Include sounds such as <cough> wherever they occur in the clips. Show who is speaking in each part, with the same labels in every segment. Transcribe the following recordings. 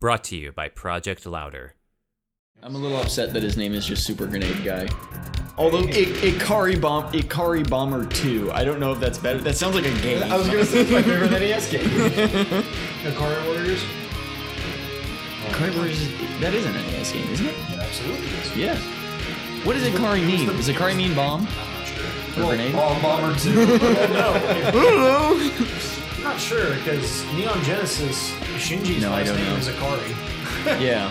Speaker 1: Brought to you by Project Louder.
Speaker 2: I'm a little upset that his name is just Super Grenade Guy. Although I- Ikari Bomb Ikari Bomber 2, I don't know if that's better. That sounds like a game. I was gonna say it's my favorite NES game.
Speaker 3: Akari Warriors?
Speaker 2: Ikari Warriors is, that is an NES game, isn't it?
Speaker 3: Yeah, absolutely. Yes.
Speaker 2: Yes. What does Ikari mean? Does Ikari mean <laughs> bomb?
Speaker 3: I'm not sure.
Speaker 2: Or grenade?
Speaker 3: Bomb Bomber
Speaker 4: <laughs>
Speaker 3: 2. no. I'm not sure because Neon Genesis, Shinji's
Speaker 2: No, I
Speaker 3: last
Speaker 2: don't
Speaker 3: name
Speaker 2: know.
Speaker 3: is Akari.
Speaker 2: Yeah.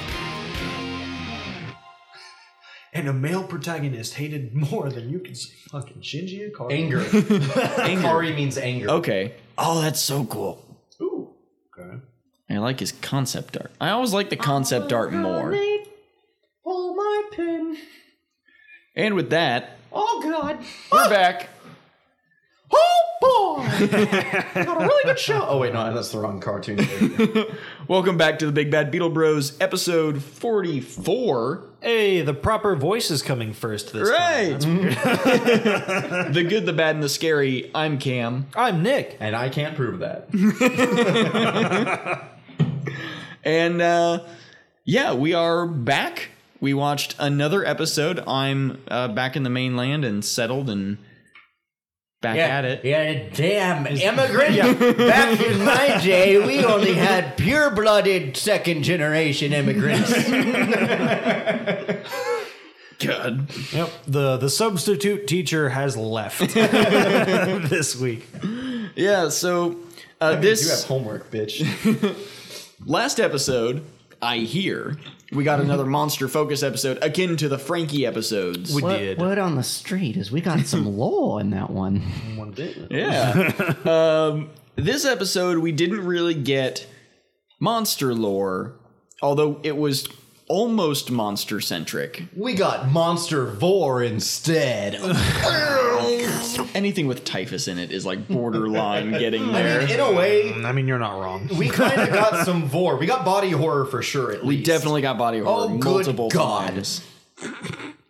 Speaker 3: And a male protagonist hated more than you could see fucking Shinji Akari. <laughs>
Speaker 4: Anger. Akari means anger.
Speaker 2: Okay. Oh, that's so cool.
Speaker 3: Ooh. Okay.
Speaker 2: I like his concept art. I always like the concept art more.
Speaker 4: Pull my pin.
Speaker 2: And with that,
Speaker 4: Oh God.
Speaker 2: we're back. <laughs>
Speaker 4: Oh boy. Got a really good show. Oh wait, no, that's the wrong cartoon.
Speaker 3: <laughs>
Speaker 2: Welcome back to the Big Bad Beetle Bros, episode 44.
Speaker 3: Hey, the proper voice is coming first this
Speaker 2: Right. <laughs>
Speaker 4: <laughs>
Speaker 2: the good, the bad, and the scary. I'm Cam.
Speaker 3: I'm Nick.
Speaker 4: and I can't prove that.
Speaker 2: And uh, yeah, we are back. We watched another episode. I'm uh, back in the mainland and settled and back at it.
Speaker 4: Yeah, damn immigrant. <laughs> Back in my day, we only had pure-blooded second-generation immigrants.
Speaker 2: Good.
Speaker 3: <laughs> Yep. The the substitute teacher has left this week.
Speaker 2: Yeah, so uh, this.
Speaker 4: homework, bitch.
Speaker 2: <laughs> Last episode, I hear we got another monster focus episode akin to the Frankie episodes.
Speaker 3: We did.
Speaker 5: Word on the street is we got
Speaker 2: <laughs>
Speaker 5: some lore in that one. <laughs>
Speaker 2: yeah. um, this episode, we didn't really get monster lore, although it was almost monster centric.
Speaker 4: We got Monster
Speaker 3: <laughs>
Speaker 4: Vor instead.
Speaker 2: Anything with typhus in it is
Speaker 5: <laughs>
Speaker 2: like borderline getting
Speaker 4: I
Speaker 2: there.
Speaker 4: mean, in a way,
Speaker 3: I mean, you're not wrong.
Speaker 4: we kind of got some Vor. We got body horror for sure. At
Speaker 2: we
Speaker 4: least
Speaker 2: definitely got body horror
Speaker 4: Oh, good
Speaker 2: multiple
Speaker 4: God. <laughs>
Speaker 2: times.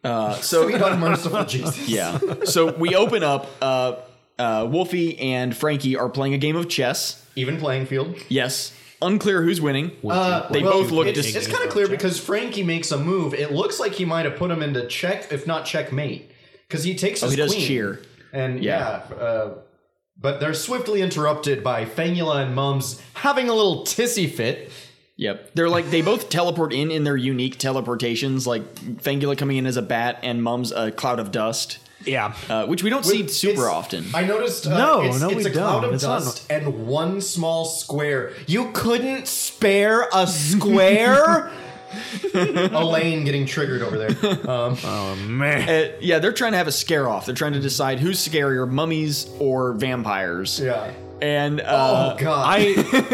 Speaker 2: Uh, so
Speaker 4: sweet unmerciful Jesus. <laughs>
Speaker 2: Yeah. So we open up. Uh, uh, Wolfie and Frankie are playing a game of chess.
Speaker 4: Even playing field.
Speaker 2: Yes. Unclear who's winning.
Speaker 4: Uh,
Speaker 2: They both look
Speaker 4: It's,
Speaker 2: dis-
Speaker 4: it's kind of clear because Frankie makes a move. It looks like he might have put him into check, if not checkmate, because he takes.
Speaker 2: oh,
Speaker 4: his
Speaker 2: he does
Speaker 4: queen.
Speaker 2: cheer.
Speaker 4: And
Speaker 2: Yeah.
Speaker 4: yeah, uh, but they're swiftly interrupted by Fangula and Mums having a little tissy fit.
Speaker 2: Yep. They're like they both teleport in in their unique teleportations, like Fangula coming in as a bat and Mum's a cloud of dust,
Speaker 3: Yeah.
Speaker 2: uh, which we don't see super
Speaker 4: It's-
Speaker 2: often.
Speaker 4: I noticed. Uh,
Speaker 3: No,
Speaker 4: it's,
Speaker 3: no,
Speaker 4: it's
Speaker 3: we
Speaker 4: a cloud
Speaker 3: don't.
Speaker 4: of
Speaker 3: It's not-
Speaker 4: dust and one small square. You couldn't spare
Speaker 3: <laughs>
Speaker 4: a square. Elaine getting triggered over there. Um,
Speaker 3: Man.
Speaker 2: Uh, yeah, they're trying to have a scare off. They're trying to decide who's scarier, mummies or vampires.
Speaker 4: yeah.
Speaker 2: And
Speaker 4: Oh
Speaker 2: uh,
Speaker 4: God.
Speaker 3: I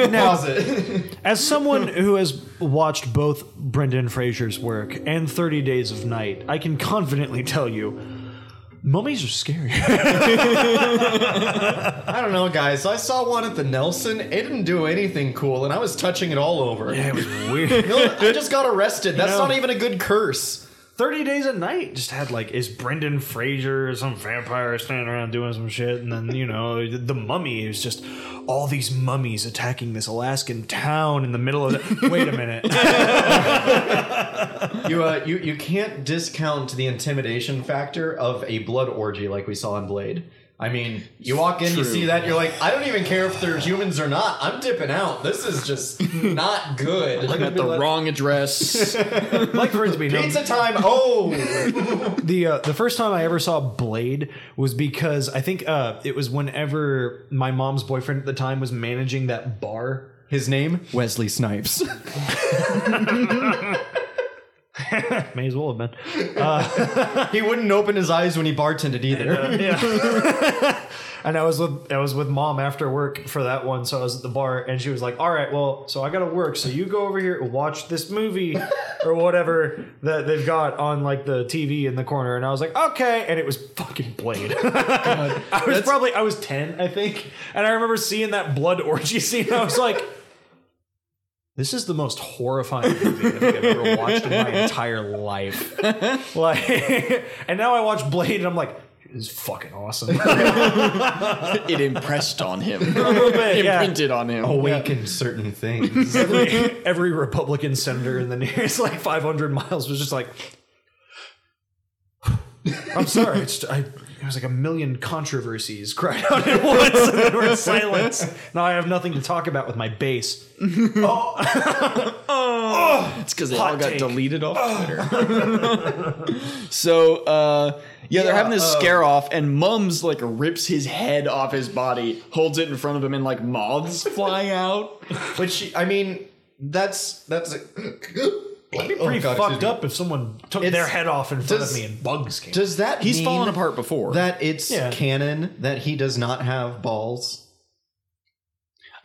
Speaker 3: now
Speaker 4: How's it? <laughs>
Speaker 3: as someone who has watched both Brendan Fraser's work and 30 Days of Night, I can confidently tell you mummies are scary. <laughs>
Speaker 4: I don't know, guys. I saw one at the Nelson. It didn't do anything cool, and I was touching it all over.
Speaker 3: it was weird.
Speaker 4: No, I just got
Speaker 3: <laughs>
Speaker 4: arrested. That's
Speaker 3: know-
Speaker 4: not even a good curse.
Speaker 3: 30 Days of Night just had like is Brendan Fraser some vampire standing around doing some shit and then you know the, the mummy is just all these mummies attacking this Alaskan town in the middle of the Wait a minute. <laughs>
Speaker 4: You, uh, you, you can't discount the intimidation factor of a blood orgy like we saw in Blade. I mean, you walk in, you see that, you're like, I don't even care if they're humans or not. I'm dipping out. This is just not good.
Speaker 2: at the wrong address.
Speaker 3: Like Frisbee, no,
Speaker 4: Pizza time. Oh,
Speaker 3: the uh, the first time I ever saw Blade was because I think uh, it was whenever my mom's boyfriend at the time was managing that bar.
Speaker 4: his name Wesley Snipes.
Speaker 3: May as well have been.
Speaker 4: he wouldn't open his eyes when he bartended <laughs> either.
Speaker 3: <laughs> And I was with I was with mom after work for that one, so I was at the bar, and she was like, "All right, well, so I gotta work, so you go over here and watch this movie or whatever that they've got on like the TV in the corner." And I was like, "Okay," and it was fucking Blade. <laughs> I was probably I was ten, I think, and I remember seeing that blood orgy <laughs> scene. and I was like. This is the most horrifying movie I think I've ever <laughs> watched in my entire life. Like, and now I watch Blade, and I'm like, is fucking awesome.
Speaker 2: It impressed on him.
Speaker 3: bit, yeah.
Speaker 2: Imprinted on him.
Speaker 4: Awakened certain things.
Speaker 3: every, every Republican senator in the nearest <laughs> like 500 miles was just like, I'm sorry. It's I, it was like a million controversies cried out at <laughs> once, and then we're in silence. Now I have nothing to talk about with my base.
Speaker 2: It's because they
Speaker 3: Hot
Speaker 2: all got
Speaker 3: take.
Speaker 2: deleted off Twitter. <laughs> so, uh, yeah, they're having this scare off, and Mums like rips his head off his body, holds it in front of him, and like moths fly out.
Speaker 4: Which I mean, that's that's. A, Oh,
Speaker 3: I'd be pretty fucked up if someone took
Speaker 4: It's-
Speaker 3: their head off in front
Speaker 4: does-
Speaker 3: of me and bugs came.
Speaker 4: Does that
Speaker 2: He's
Speaker 4: mean
Speaker 2: fallen apart before.
Speaker 4: That it's
Speaker 3: Yeah.
Speaker 4: canon that he does not have balls,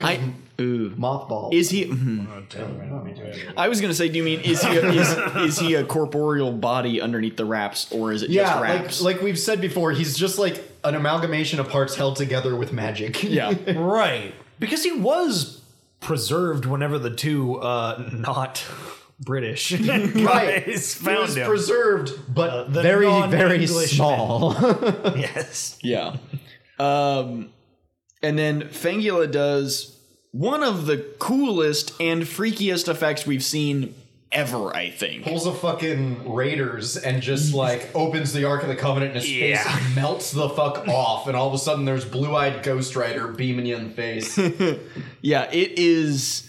Speaker 2: I ooh.
Speaker 4: mothballs.
Speaker 2: Is he? mhm. I was gonna say, do you mean is he a, is, is he a corporeal body underneath the wraps, or is it
Speaker 4: yeah,
Speaker 2: just wraps?
Speaker 4: like like we've said before, he's just like an amalgamation of parts held together with magic. <laughs>
Speaker 2: yeah,
Speaker 3: Right. Because he was preserved whenever the two uh not British <laughs>
Speaker 4: <laughs> right.
Speaker 3: guys
Speaker 4: He was
Speaker 3: found him. Uh,
Speaker 4: preserved, but
Speaker 3: the
Speaker 4: very very
Speaker 3: non-English
Speaker 4: small.
Speaker 3: <laughs> <laughs>
Speaker 4: <laughs>
Speaker 3: yes.
Speaker 2: yeah. Um, and then Fangula does one of the coolest and freakiest effects we've seen ever. I think.
Speaker 4: Pulls a fucking Raiders and just like opens the Ark of the Covenant in his
Speaker 3: Yeah.
Speaker 4: face, melts the fuck off, and all of a sudden there's blue eyed Ghost Rider beaming you in the face.
Speaker 2: Yeah, it is.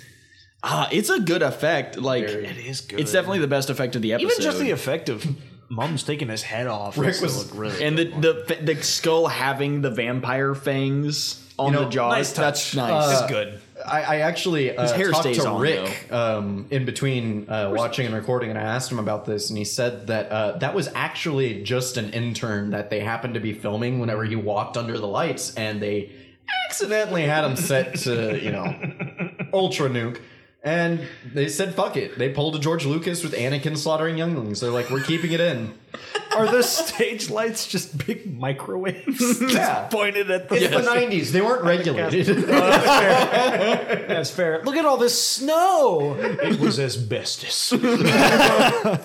Speaker 2: Ah, it's a good effect. Like
Speaker 4: Very.
Speaker 3: is good.
Speaker 2: it's definitely the best effect of the episode.
Speaker 3: even just the effect of Mum's taking his head off.
Speaker 4: Rick
Speaker 3: Rick
Speaker 4: was-
Speaker 3: was really
Speaker 2: and the the the skull having the vampire fangs on
Speaker 4: know,
Speaker 2: the jaws.
Speaker 3: nice touch. Uh,
Speaker 2: That's nice. <laughs>
Speaker 3: It's good.
Speaker 4: I, I actually uh,
Speaker 2: hair
Speaker 4: talked
Speaker 2: stays
Speaker 4: to
Speaker 2: on,
Speaker 4: Rick um, in between uh, watching and recording, and I asked him about this, and he said that uh, that was actually just an intern that they happened to be filming whenever he walked under the lights, and they accidentally had him set to you know ultra nuke. And they said, "Fuck it." They pulled a George Lucas with Anakin slaughtering younglings. They're like, "We're keeping
Speaker 2: <laughs>
Speaker 4: it in."
Speaker 3: Are the stage lights just big microwaves <laughs>
Speaker 4: Yeah.
Speaker 3: just pointed at the
Speaker 4: It's the '90s. They weren't regulated.
Speaker 3: That's fair. Look at all this snow. It was asbestos.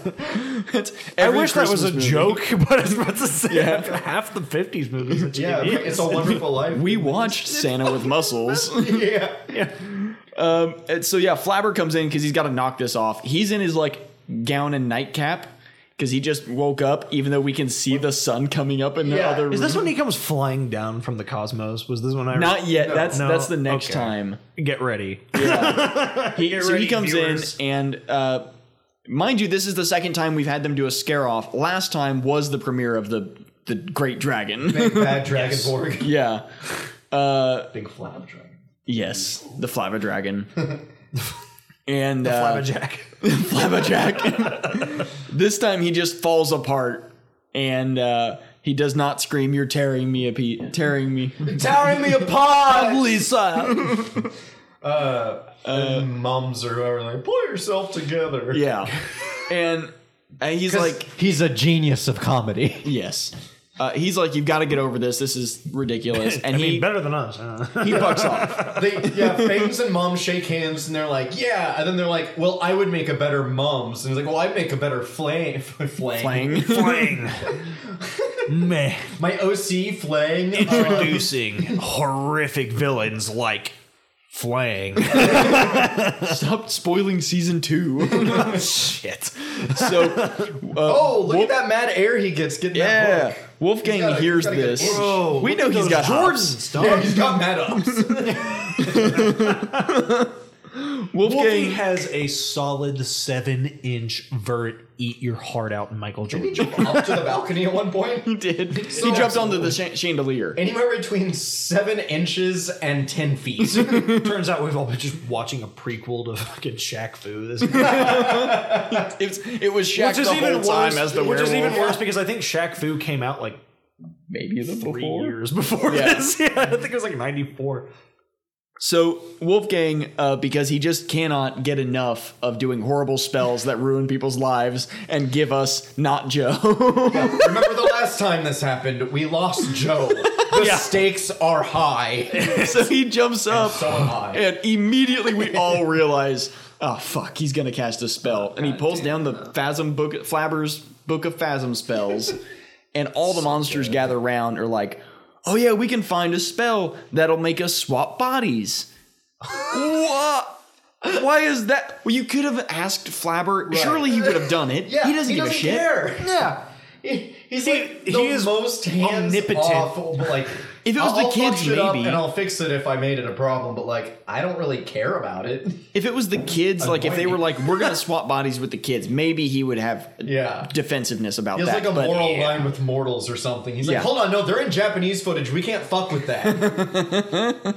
Speaker 3: I wish that was a joke, <laughs> but I was about to say half the '50s movies. That you
Speaker 4: <laughs> yeah,
Speaker 3: do.
Speaker 4: it's a wonderful life.
Speaker 2: We watched Santa with
Speaker 3: <laughs>
Speaker 2: muscles.
Speaker 4: <laughs> yeah.
Speaker 2: Um, and so yeah, Flabber comes in because he's got to knock this off. He's in his like gown and nightcap because he just woke up, even though we can see the sun coming up in the
Speaker 4: Yeah.
Speaker 2: other room.
Speaker 4: Is
Speaker 3: Is this when he comes flying down from the cosmos? Was this one I
Speaker 2: Not yet. that's
Speaker 3: no,
Speaker 2: that's the next
Speaker 3: okay.
Speaker 2: time.
Speaker 3: get ready? <laughs>
Speaker 2: He, so he
Speaker 3: ready,
Speaker 2: comes
Speaker 3: viewers.
Speaker 2: in and uh, mind you, this is the second time we've had them do a scare off. Last time was the premiere of the the Great Dragon. <laughs>
Speaker 4: Bad Dragonborg.
Speaker 2: yeah.
Speaker 4: Big flab dragon.
Speaker 2: Yes, the Flava
Speaker 3: <laughs>
Speaker 2: Dragon. and the
Speaker 3: Flabba
Speaker 2: uh,
Speaker 3: Jack.
Speaker 2: Flabba Jack.
Speaker 3: <laughs>
Speaker 2: this time he just falls apart and uh, he does not scream, "You're tearing me a pe- tearing me."
Speaker 4: tearing me <laughs> apart.
Speaker 2: Lisa.
Speaker 4: Mums or whoever, like, pull yourself together.
Speaker 2: yeah, and uh, he's
Speaker 4: Like,
Speaker 2: like,
Speaker 4: he's a genius of comedy.
Speaker 2: "Yes." Uh, he's like, "You've got to get over this. This is
Speaker 3: <laughs>
Speaker 2: ridiculous." And
Speaker 3: I
Speaker 2: he
Speaker 3: mean, better than us. huh?
Speaker 2: he bucks off.
Speaker 4: <laughs> they, yeah, Fangs and Mom shake hands and they're like, yeah. And then they're like, well, I would make a better Mums. And he's like, well, I'd make a better <laughs> Flame. Flame.
Speaker 2: Playing.
Speaker 3: Flying. Meh.
Speaker 4: My OC,
Speaker 2: <laughs>
Speaker 4: Flang. uh,
Speaker 3: Producing horrific villains like Flang. <laughs>
Speaker 2: Stop spoiling season two. <laughs>
Speaker 3: Shit.
Speaker 2: so,
Speaker 4: oh, look at that mad air he gets getting that
Speaker 2: yeah,
Speaker 4: book.
Speaker 2: Wolfgang
Speaker 4: He's gotta-
Speaker 2: hears
Speaker 4: he's gotta get
Speaker 2: this.
Speaker 4: in.
Speaker 3: Bro,
Speaker 2: we
Speaker 3: Oh, look
Speaker 2: know
Speaker 3: at
Speaker 2: he's
Speaker 3: those
Speaker 2: got hops.
Speaker 3: Jordans,
Speaker 4: <laughs> Yeah,
Speaker 3: dog.
Speaker 4: he's got mad ups. <laughs>
Speaker 3: Wolfie
Speaker 2: Wolfgang
Speaker 3: has a solid seven-inch vert. Eat your heart out,
Speaker 2: <laughs>
Speaker 3: Michael
Speaker 4: he
Speaker 3: Jordan.
Speaker 4: jumped up to the balcony at one point.
Speaker 2: did.
Speaker 4: So
Speaker 2: he jumped onto the cha- chandelier.
Speaker 4: Anywhere between seven inches and ten feet.
Speaker 3: Turns out we've all been just watching a prequel to fucking Shaq Fu.
Speaker 2: <laughs>
Speaker 3: This
Speaker 2: It was, it was Shaq the whole time as the
Speaker 3: which
Speaker 2: werewolf.
Speaker 3: is even worse because I think Shaq Fu came out like
Speaker 2: Maybe the
Speaker 3: three years before
Speaker 2: Yeah.
Speaker 3: this. <laughs> Yeah, I think it was like '94.
Speaker 2: So Wolfgang, uh, because he just cannot get enough of doing horrible spells that ruin people's lives and give us not Joe. <laughs>
Speaker 4: Remember the last time this happened? We
Speaker 2: <laughs>
Speaker 4: lost Joe. The stakes are high.
Speaker 2: so he jumps up,
Speaker 4: So am I.
Speaker 2: and immediately
Speaker 4: <laughs>
Speaker 2: we all realize, oh fuck, he's gonna
Speaker 4: <laughs>
Speaker 2: cast a spell, and he pulls down the Phasm book, Flabber's book of Phasm spells, and all the monsters gather around are like, "Oh yeah, we can find a spell that'll make us swap bodies." what? Why is that? Well, you could have asked Flabber. Surely he would have done it.
Speaker 4: Yeah,
Speaker 2: he doesn't give a shit.
Speaker 4: Care.
Speaker 3: Yeah.
Speaker 4: <laughs> He- He's
Speaker 3: He-
Speaker 4: like
Speaker 3: he
Speaker 4: the
Speaker 3: is
Speaker 4: most hands
Speaker 3: omnipotent.
Speaker 4: off. Like
Speaker 2: <laughs> If it was
Speaker 4: I'll,
Speaker 2: the
Speaker 4: I'll fuck
Speaker 2: kids,
Speaker 4: shit up
Speaker 2: maybe.
Speaker 4: and I'll fix it if I made it a problem. But like, I don't really care
Speaker 2: <laughs>
Speaker 4: about it.
Speaker 2: If it was the kids, like if they
Speaker 4: Annoying.
Speaker 2: were like, "We're
Speaker 4: <laughs>
Speaker 2: gonna swap bodies with the kids," maybe he would have
Speaker 4: Yeah.
Speaker 2: defensiveness about
Speaker 4: He has
Speaker 2: that.
Speaker 4: like a
Speaker 2: but
Speaker 4: moral line with mortals or something. He's
Speaker 2: Yeah.
Speaker 4: like, hold on, no, they're in Japanese footage. We can't fuck
Speaker 2: <laughs>
Speaker 4: with that.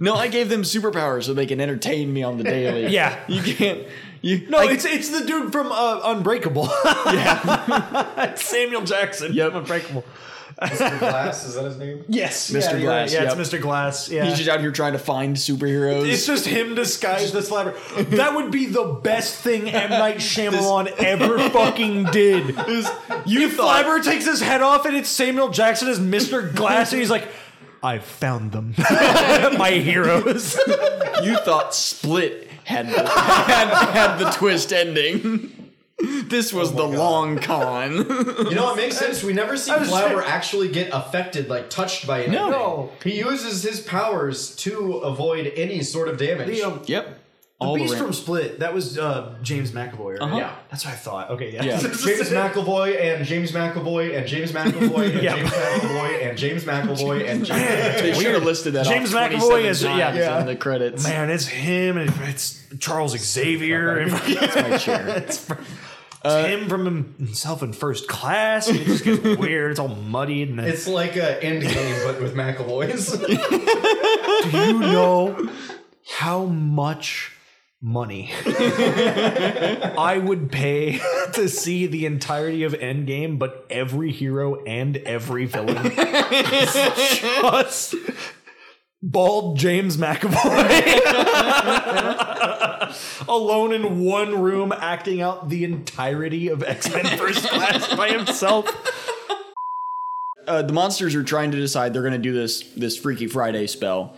Speaker 2: no, I gave them superpowers so they can entertain me on the daily.
Speaker 3: <laughs> Yeah.
Speaker 2: <laughs> you can't. You
Speaker 3: No,
Speaker 2: like-
Speaker 3: it's it's the dude from uh, Unbreakable. <laughs> It's Samuel Jackson.
Speaker 2: Yep.
Speaker 3: from Unbreakable.
Speaker 4: Mr. Glass, is that his
Speaker 2: <laughs>
Speaker 4: name?
Speaker 3: Yes,
Speaker 2: Mr. Glass,
Speaker 3: Yeah,
Speaker 2: yep.
Speaker 3: it's Mr. Glass. Yeah.
Speaker 2: He's just out here trying to find superheroes.
Speaker 3: It's just him disguised as Flabber. That would be the best thing
Speaker 2: <laughs>
Speaker 3: M. Night Shyamalan ever fucking did. You Flabber takes his head off and it's Samuel Jackson as Mr. Glass and he's like, I found them. <laughs> My heroes.
Speaker 2: you thought Split had the, <laughs> had, had the twist ending. <laughs> This was
Speaker 3: Oh
Speaker 2: the long con.
Speaker 3: <laughs>
Speaker 4: You know, it makes sense. We never see
Speaker 3: was
Speaker 4: Flabber
Speaker 3: saying-
Speaker 4: actually get affected, like touched by anything.
Speaker 3: No.
Speaker 4: He uses his powers to avoid any sort of damage.
Speaker 3: The, um,
Speaker 2: yep.
Speaker 3: the
Speaker 2: All
Speaker 3: Beast
Speaker 2: around. Uh-huh.
Speaker 3: from Split, that was uh, James McAvoy, right?
Speaker 4: Yeah.
Speaker 3: That's what I thought. Okay, yeah. <laughs>
Speaker 2: Yeah.
Speaker 4: James McAvoy and James McAvoy and James
Speaker 3: <laughs>
Speaker 4: McAvoy and
Speaker 3: Yeah.
Speaker 4: James McAvoy and James McAvoy and James.
Speaker 2: They should have listed that.
Speaker 3: James
Speaker 2: off
Speaker 3: McAvoy
Speaker 2: 27
Speaker 3: is- yeah.
Speaker 2: times
Speaker 3: Yeah.
Speaker 2: in the credits.
Speaker 3: Man, it's him and it's Charles Xavier. and
Speaker 2: That's
Speaker 3: <laughs>
Speaker 2: my chair.
Speaker 3: It's fr- it's him from him- himself in first class. It just gets weird. It's all muddied. And then,
Speaker 4: It's like a Endgame, but
Speaker 3: <laughs>
Speaker 4: with McAvoys.
Speaker 3: do you know how much money I would pay <laughs> to see the entirety of Endgame, but every hero and every villain? It's just bald James McAvoy <laughs> alone in one room acting out the entirety of X-Men First Class by himself.
Speaker 2: uh, the monsters are trying to decide they're going to do this this Freaky Friday spell,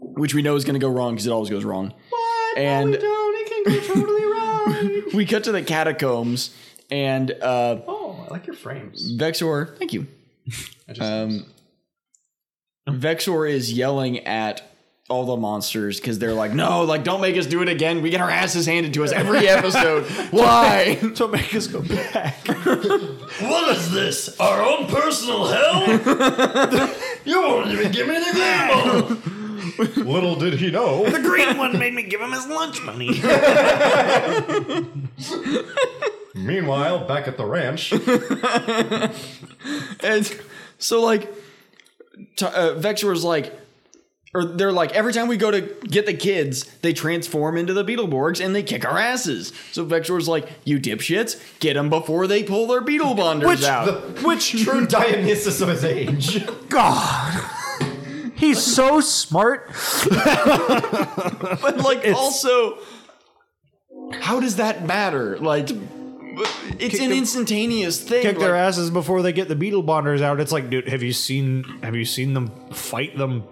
Speaker 2: which we know is going to go wrong because it always goes wrong. and we <laughs> cut to the catacombs, and uh,
Speaker 4: oh, I like your frames.
Speaker 2: Vexor, thank you.
Speaker 4: <laughs> I just um,
Speaker 2: Vexor is yelling at all the monsters because they're like, "No, like don't make us do it again. We get our asses handed to us
Speaker 4: <laughs>
Speaker 2: every episode. Why?"
Speaker 3: So make us go back.
Speaker 4: What is this? Our own personal hell? you won't even give me the grandma. <laughs> Little did he know.
Speaker 3: The green one made me give him his lunch money.
Speaker 4: <laughs> Meanwhile, back at the ranch,
Speaker 2: And so like t- uh, Vexor's like or they're like every time we go to get the kids, they transform into the Beetleborgs and they kick our asses. So Vexor's like, "You dipshits, get them before they pull their Beetle bonders
Speaker 3: <laughs> Which-
Speaker 2: out."
Speaker 4: which
Speaker 3: <laughs>
Speaker 4: true Dionysus of his age.
Speaker 3: God. He's so smart.
Speaker 2: but like also how does that matter? Like it's an instantaneous thing.
Speaker 3: Kick their
Speaker 2: like-
Speaker 3: asses before they get the beetle bonders out. It's like, dude, have you seen have you seen them fight them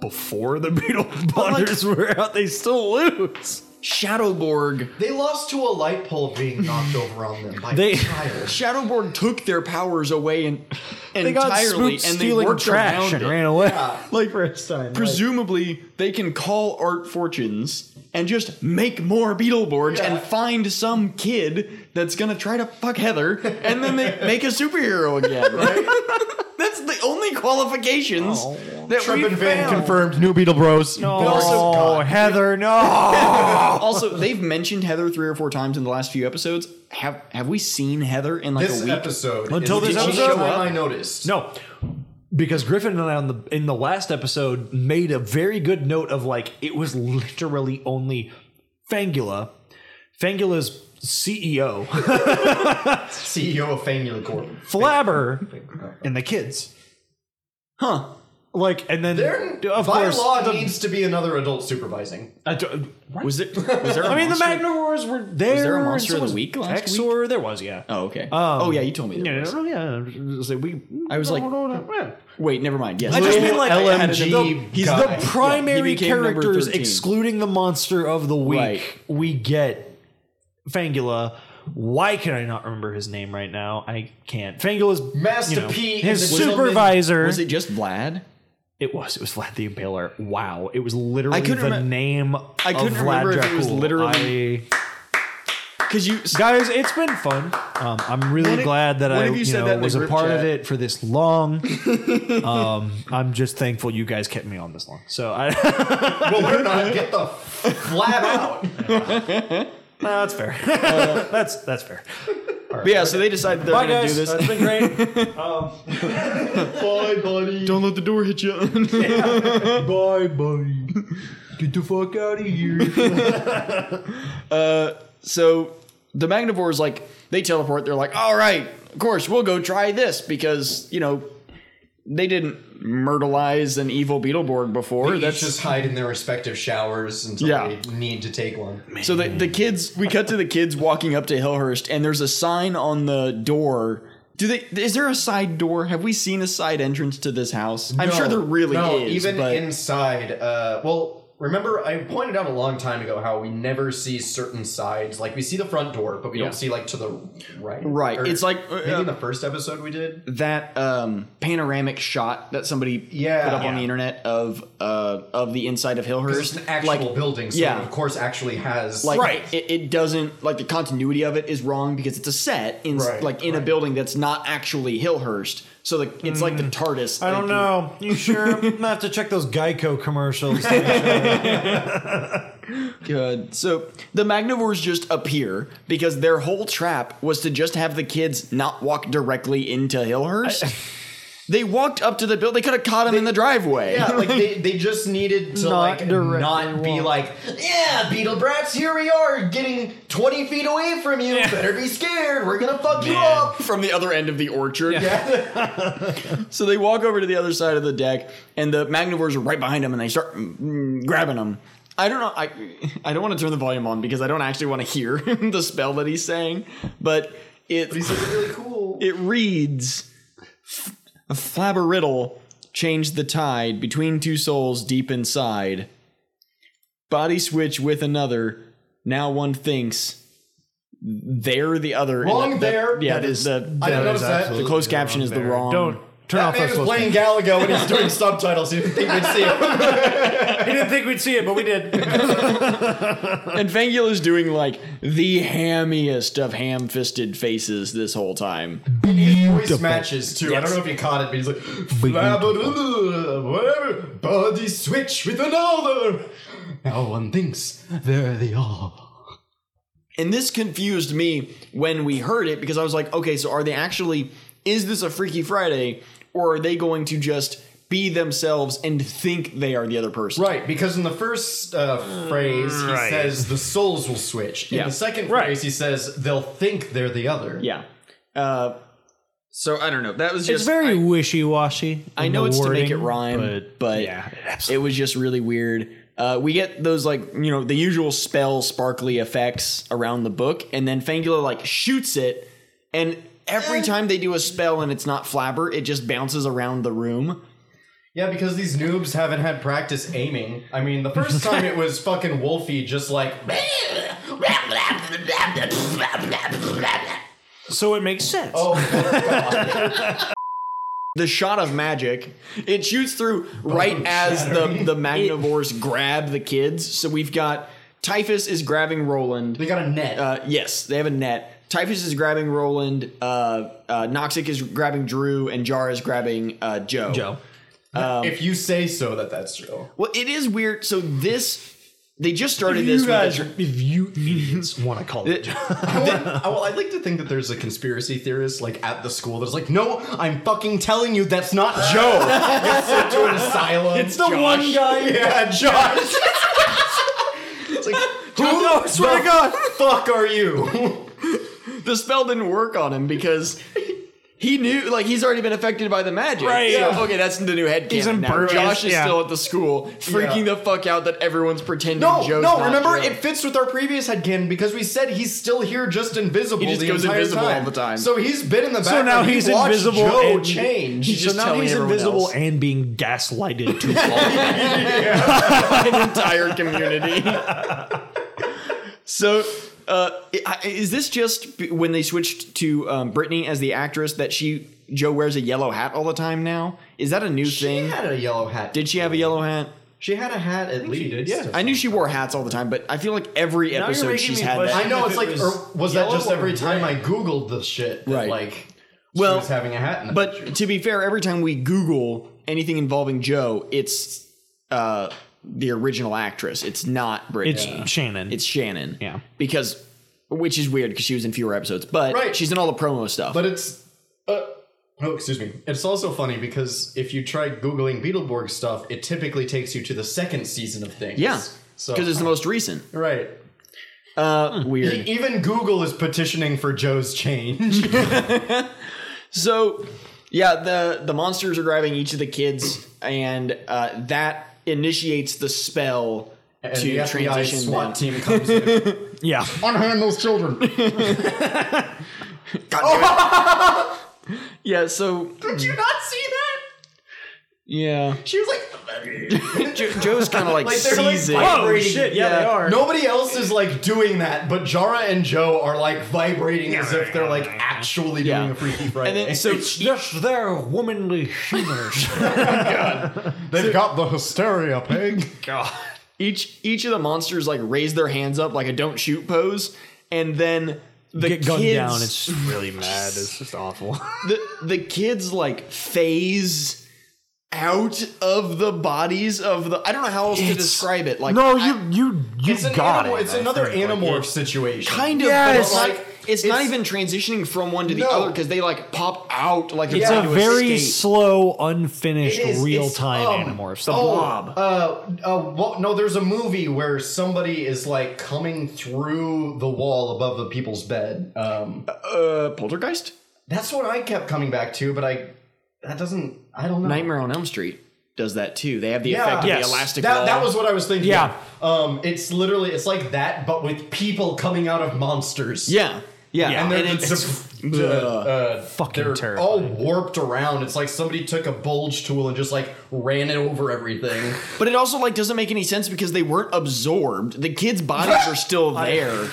Speaker 3: before the <laughs> beetle bonders were out? They still lose.
Speaker 2: Shadowborg
Speaker 4: They lost to a light pole being knocked over on them by
Speaker 3: They-
Speaker 4: a child.
Speaker 2: Shadowborg took their powers away and
Speaker 3: They got
Speaker 2: entirely
Speaker 3: spooked
Speaker 2: and they
Speaker 3: stealing
Speaker 2: worked
Speaker 3: trash
Speaker 2: around
Speaker 3: and
Speaker 2: it.
Speaker 3: ran away.
Speaker 2: like
Speaker 4: time, right.
Speaker 2: presumably they can call art fortunes and just make more beetleborgs
Speaker 4: Yeah.
Speaker 2: and find some kid that's gonna try to fuck heather and then
Speaker 4: <laughs>
Speaker 2: they make a superhero again <laughs> that's the only qualifications that
Speaker 4: Trump
Speaker 2: we
Speaker 4: and Van
Speaker 2: found.
Speaker 4: confirmed new Beetle Bros.
Speaker 3: Oh, Heather, no.
Speaker 2: also they've mentioned heather three or four times in the last few episodes have have we seen heather in like
Speaker 4: This
Speaker 2: a week
Speaker 4: episode.
Speaker 3: Until this
Speaker 4: is- did she
Speaker 3: episode?
Speaker 4: show up? I noticed.
Speaker 3: <laughs> No. Because Griffin and I on the in the last episode made a very good note of like it was literally only Fangula. Fangula's E CEO,
Speaker 4: CEO E of Fangula Corp.
Speaker 2: <laughs>
Speaker 3: Flabber, and the kids.
Speaker 2: huh
Speaker 3: Like and then
Speaker 4: There,
Speaker 3: of
Speaker 4: by
Speaker 3: course
Speaker 4: law,
Speaker 3: the-
Speaker 4: needs to be another adult supervising.
Speaker 3: I, don't-
Speaker 2: Uh, was it was
Speaker 3: <laughs>
Speaker 2: there
Speaker 3: I mean the
Speaker 2: monster-
Speaker 3: Magnavores were there.
Speaker 2: there a
Speaker 3: and
Speaker 2: monster
Speaker 3: so
Speaker 2: of the
Speaker 3: was
Speaker 2: week last week?
Speaker 3: Exor, there was yeah.
Speaker 2: oh okay
Speaker 4: Um,
Speaker 2: oh yeah you told me that
Speaker 3: Yeah, no, no, yeah. So we,
Speaker 2: I was like- wait never mind yes
Speaker 3: I just mean like
Speaker 4: LMG
Speaker 3: I- I- the- he's
Speaker 4: guy. Yeah,
Speaker 3: the
Speaker 4: he
Speaker 3: primary
Speaker 2: became number
Speaker 3: characters,
Speaker 2: 13.
Speaker 3: excluding the monster of the week.
Speaker 2: Right.
Speaker 3: We get Fangula, Why can I not remember his name right now? I can't. Fangul is
Speaker 4: Master
Speaker 3: you know,
Speaker 4: P
Speaker 3: his
Speaker 4: is a gentleman.
Speaker 3: supervisor.
Speaker 2: Was it just Vlad?
Speaker 3: It was. It was Vlad the Impaler. Wow. It was literally
Speaker 2: I couldn't
Speaker 3: the
Speaker 2: remem-
Speaker 3: name.
Speaker 2: I couldn't
Speaker 3: of Vlad
Speaker 2: remember if it
Speaker 3: Dracul.
Speaker 2: was literally-
Speaker 3: I-
Speaker 2: Because you
Speaker 3: guys, it's been fun. Um, I'm really
Speaker 2: What if-
Speaker 3: glad that
Speaker 2: what
Speaker 3: I
Speaker 2: if you
Speaker 3: you
Speaker 2: said that
Speaker 3: know,
Speaker 2: in the
Speaker 3: was a
Speaker 2: group
Speaker 3: part of
Speaker 2: chat?
Speaker 3: it for
Speaker 2: <laughs>
Speaker 3: this long. um, I'm just thankful you guys kept me on this long. So I, no,
Speaker 4: <laughs> Well, we're not. Get the flat
Speaker 3: <laughs>
Speaker 4: out. Uh,
Speaker 3: that's fair. <laughs> that's that's fair.
Speaker 2: But yeah, so they decided they're
Speaker 3: Bye
Speaker 2: going to
Speaker 3: guys.
Speaker 2: do this.
Speaker 3: Uh, It's been
Speaker 4: <laughs>
Speaker 3: great.
Speaker 4: Bye, buddy.
Speaker 2: Don't let the door hit you.
Speaker 4: Bye, buddy. Get the fuck out of here.
Speaker 2: so the Magnivores, like, they teleport. They're like, all right, of course, we'll go try this because, you know, they didn't myrtleize an evil Beetleborg before.
Speaker 4: That's
Speaker 2: That's
Speaker 4: just hide in their respective showers until
Speaker 2: Yeah.
Speaker 4: they need to take one.
Speaker 2: So the, the kids, we cut to the kids walking up to Hillhurst, and there's a sign on the door. Do they? Is there a side door? Have we seen a side entrance to this house? I'm
Speaker 4: No,
Speaker 2: sure there really
Speaker 4: no,
Speaker 2: is.
Speaker 4: Even
Speaker 2: but
Speaker 4: inside, uh, well, remember I pointed out a long time ago how we never see certain sides. Like we see the front door, but we
Speaker 2: Yeah.
Speaker 4: don't see like to the right.
Speaker 2: Right,
Speaker 4: Or
Speaker 2: it's like, uh,
Speaker 4: maybe in the first episode we did.
Speaker 2: that um, panoramic shot that somebody
Speaker 4: Yeah.
Speaker 2: put up on
Speaker 4: Yeah.
Speaker 2: the internet of uh, of the inside of
Speaker 4: There's
Speaker 2: Hillhurst,
Speaker 4: an actual
Speaker 2: like,
Speaker 4: building, so
Speaker 2: yeah.
Speaker 4: it, of course actually has
Speaker 2: like it, it doesn't like the continuity of it is wrong because it's a set in
Speaker 4: Right,
Speaker 2: like in a building that's not actually Hillhurst. So the, it's like the TARDIS.
Speaker 3: I don't
Speaker 2: like,
Speaker 3: know. You sure? I'm gonna have to check those Geico
Speaker 4: <laughs>
Speaker 3: commercials.
Speaker 2: Good. So the Magnivores just appear because their whole trap was to just have the kids not walk directly into Hillhurst. they walked up to the building. They could have caught him in the driveway.
Speaker 4: Yeah, like they, they just needed to
Speaker 3: Not
Speaker 4: like
Speaker 3: directly
Speaker 4: not be
Speaker 3: wrong.
Speaker 4: like, yeah, Beetle Brats, here we are, getting twenty feet away from you. Better be scared. We're gonna fuck you up.
Speaker 2: <laughs> From the other end of the orchard. <laughs> so they walk over to the other side of the deck, and the Magnivores are right behind them, and they start mm, grabbing them. I don't know. I I don't want to turn the volume on because I don't actually want to hear <laughs> the spell that he's saying, but it
Speaker 4: He said it's really cool.
Speaker 2: it reads a flabberriddle changed the tide between two souls deep inside body switch with another now one thinks they're the other and
Speaker 4: Wrong
Speaker 2: that-
Speaker 4: there.
Speaker 2: yeah
Speaker 4: that
Speaker 2: that is the,
Speaker 4: I didn't
Speaker 3: That is
Speaker 4: notice that.
Speaker 3: absolutely
Speaker 2: the closed caption is the
Speaker 3: there.
Speaker 2: wrong
Speaker 3: Don't turn
Speaker 4: That
Speaker 3: off
Speaker 4: man
Speaker 3: those
Speaker 4: was
Speaker 3: closed.
Speaker 4: playing Galaga when he's doing subtitles. You think we'd see him?
Speaker 3: I didn't think we'd see it, but we did.
Speaker 2: <laughs> and Fangula is doing like the hammiest of ham-fisted faces this whole time
Speaker 4: Voice matches too. I don't know if you caught it, but he's like, "Flabberoo, whatever. Body switch with another. Now one thinks they're the all.
Speaker 2: And this confused me when we heard it because I was like, okay, so are they actually, is this a Freaky Friday or are they going to just be themselves and think they are the other person?
Speaker 4: Right, because in the first uh, phrase he
Speaker 3: Right.
Speaker 4: says the souls will switch. In
Speaker 2: Yeah.
Speaker 4: the second
Speaker 3: Right.
Speaker 4: phrase he says they'll think they're the other.
Speaker 2: Yeah. Uh, so I don't know. That was just.
Speaker 3: It's very wishy-washy.
Speaker 2: I
Speaker 3: in
Speaker 2: know
Speaker 3: the
Speaker 2: it's to make it
Speaker 3: wording,
Speaker 2: rhyme, but,
Speaker 3: yeah, it absolutely.
Speaker 2: it was just really weird. Uh, we get those like you know the usual spell sparkly effects around the book, and then Fangula like shoots it, and every time they do a spell and it's not flabber, it just bounces around the room.
Speaker 4: Yeah, because these noobs haven't had practice aiming. I mean, the first time it was fucking Wolfie just like
Speaker 3: So it makes sense.
Speaker 2: Oh the shot of magic it shoots through right
Speaker 3: Oh,
Speaker 2: as the the magnivores grab the kids so we've got typhus is grabbing roland
Speaker 4: they got a net.
Speaker 2: uh, yes they have a net typhus is grabbing roland uh, uh, noxic is grabbing drew and jar is grabbing uh, joe
Speaker 3: Joe.
Speaker 4: if you say so, that that's true.
Speaker 2: um, well it is weird so this they just started this with a
Speaker 3: You guys,
Speaker 2: tr-
Speaker 3: if you idiots want to call it,
Speaker 2: <laughs>
Speaker 4: <laughs> I would, I would- I'd like to think that there's a conspiracy theorist like at the school that's like, no, I'm fucking telling you, that's not Joe. It's sent to an asylum. It's
Speaker 3: the one guy.
Speaker 4: Yeah, Josh. <laughs> it's like, who
Speaker 3: No, I swear
Speaker 4: the
Speaker 3: to God.
Speaker 4: fuck are you?
Speaker 2: the spell didn't work on him because he knew like he's already been affected by the magic.
Speaker 3: Right.
Speaker 2: So,
Speaker 4: Yeah.
Speaker 2: Okay, that's the new head
Speaker 3: He's
Speaker 2: canon now.
Speaker 3: impervious,
Speaker 2: Josh is
Speaker 3: yeah.
Speaker 2: still at the school, freaking
Speaker 4: Yeah.
Speaker 2: the fuck out that everyone's pretending
Speaker 4: No,
Speaker 2: Joe's
Speaker 4: no,
Speaker 2: not
Speaker 4: remember
Speaker 2: Joe.
Speaker 4: it fits with our previous headcanon because we said he's still here just invisible.
Speaker 2: He just
Speaker 4: the
Speaker 2: goes
Speaker 4: entire
Speaker 2: invisible all
Speaker 4: time.
Speaker 2: the time.
Speaker 4: So he's been in the back.
Speaker 3: now he's invisible
Speaker 4: Joe
Speaker 3: and-
Speaker 4: change.
Speaker 2: He's just
Speaker 3: so now
Speaker 2: telling
Speaker 3: he's
Speaker 2: everyone
Speaker 3: invisible
Speaker 2: else.
Speaker 3: and being gaslighted to all.
Speaker 2: entire community. so Uh, i- I- is this just b- when they switched to um, Brittany as the actress that she Joe wears a yellow hat all the time now? Is that a new
Speaker 4: She
Speaker 2: thing?
Speaker 4: had a yellow hat.
Speaker 2: Did she have a yellow hat?
Speaker 4: She had a hat at least.
Speaker 3: yeah.
Speaker 2: I knew she wore hats all the time, but I feel like every
Speaker 3: you're
Speaker 2: episode
Speaker 3: making
Speaker 2: she's
Speaker 3: me
Speaker 2: had
Speaker 3: question-
Speaker 2: that.
Speaker 4: I know
Speaker 3: If
Speaker 4: it's
Speaker 3: it
Speaker 4: like,
Speaker 3: was
Speaker 4: or was that
Speaker 3: yellow
Speaker 4: just
Speaker 3: or
Speaker 4: every time
Speaker 3: gray?
Speaker 4: I googled the shit? That,
Speaker 2: Right.
Speaker 4: Like,
Speaker 2: Well,
Speaker 4: she was having a hat. In the picture.
Speaker 2: But to be fair, every time we Google anything involving Joe, it's uh, the original actress. It's not Brittany.
Speaker 6: It's Shannon.
Speaker 2: It's Shannon.
Speaker 6: Yeah.
Speaker 2: Because, which is weird because she was in fewer episodes, but
Speaker 4: Right.
Speaker 2: she's in all the promo stuff.
Speaker 4: But it's. Uh, oh, excuse me. It's also funny because if you try Googling Beetleborg stuff, it typically takes you to the second season of things.
Speaker 2: yeah.
Speaker 4: So,
Speaker 2: Because it's the most recent.
Speaker 4: right.
Speaker 2: Uh, Weird.
Speaker 4: Even Google is petitioning for
Speaker 2: <laughs>
Speaker 4: Joe's change.
Speaker 2: So, yeah, the the monsters are grabbing each of the kids, and uh, that initiates the spell
Speaker 4: And
Speaker 2: to
Speaker 4: the FBI
Speaker 2: transition
Speaker 4: SWAT
Speaker 2: them.
Speaker 4: team comes
Speaker 2: <laughs>
Speaker 4: in.
Speaker 6: yeah.
Speaker 4: Unhand those <laughs> children.
Speaker 2: Yeah. So, <laughs>
Speaker 4: Did you not see that?
Speaker 2: yeah,
Speaker 4: She
Speaker 2: <laughs>
Speaker 4: was like.
Speaker 2: jo- Joe's kind of like,
Speaker 4: Like, they're, like,
Speaker 2: sees it.
Speaker 4: fighting.
Speaker 3: Oh shit! Yeah,
Speaker 2: Yeah.
Speaker 3: they are.
Speaker 4: Nobody else is like doing that, but Jara and Joe are like vibrating as if they're like actually
Speaker 2: Yeah.
Speaker 4: doing a Freaky
Speaker 2: and
Speaker 4: Friday.
Speaker 2: then so
Speaker 3: Yes, they're womanly <laughs> humors.
Speaker 4: They've got the hysteria, pig.
Speaker 2: each each of the monsters like raise their hands up like a don't shoot pose, and then the
Speaker 6: Get gunned
Speaker 2: kids
Speaker 6: down. It's really mad. It's just awful.
Speaker 2: the the kids like phase out of the bodies of the. I don't know how else to describe it. Like
Speaker 6: no, you you you
Speaker 4: <laughs> It's, an
Speaker 6: got
Speaker 4: animal-
Speaker 6: it.
Speaker 4: it's
Speaker 6: I
Speaker 4: another
Speaker 6: think, like,
Speaker 4: animorph situation.
Speaker 2: kind of but
Speaker 6: Yes.
Speaker 2: it's like it's, not
Speaker 4: It's-
Speaker 2: even transitioning from one to the
Speaker 4: No.
Speaker 2: other because they like pop out like they're
Speaker 6: It's
Speaker 2: trying
Speaker 6: a
Speaker 2: to
Speaker 6: very
Speaker 2: escape.
Speaker 6: slow, unfinished,
Speaker 4: It is-
Speaker 6: real
Speaker 4: it's,
Speaker 6: time
Speaker 4: um,
Speaker 6: Animorphs.
Speaker 4: oh,
Speaker 2: blob.
Speaker 4: Uh, uh, well, no, there's a movie where somebody is like coming through the wall above the people's bed. Um,
Speaker 2: uh, poltergeist
Speaker 4: that's what I kept coming back to, but I that doesn't. I don't know.
Speaker 2: nightmare on elm street does that too they have the
Speaker 4: Yeah.
Speaker 2: effect of
Speaker 6: Yes.
Speaker 2: the elastic
Speaker 4: That,
Speaker 2: wall.
Speaker 4: that was what I was thinking.
Speaker 6: Yeah.
Speaker 4: Um, it's literally it's like that, but with people coming out of monsters.
Speaker 2: yeah yeah,
Speaker 6: Yeah.
Speaker 4: And
Speaker 2: and,
Speaker 4: they're
Speaker 2: it's, <laughs>
Speaker 4: just-
Speaker 2: Ugh.
Speaker 4: uh, uh,
Speaker 6: Fucking
Speaker 4: they're
Speaker 6: terrifying.
Speaker 4: all warped around. It's like somebody took a bulge tool and just like ran it over everything.
Speaker 2: but it also like doesn't make any sense because they weren't absorbed the kids bodies are still
Speaker 4: <laughs>
Speaker 2: there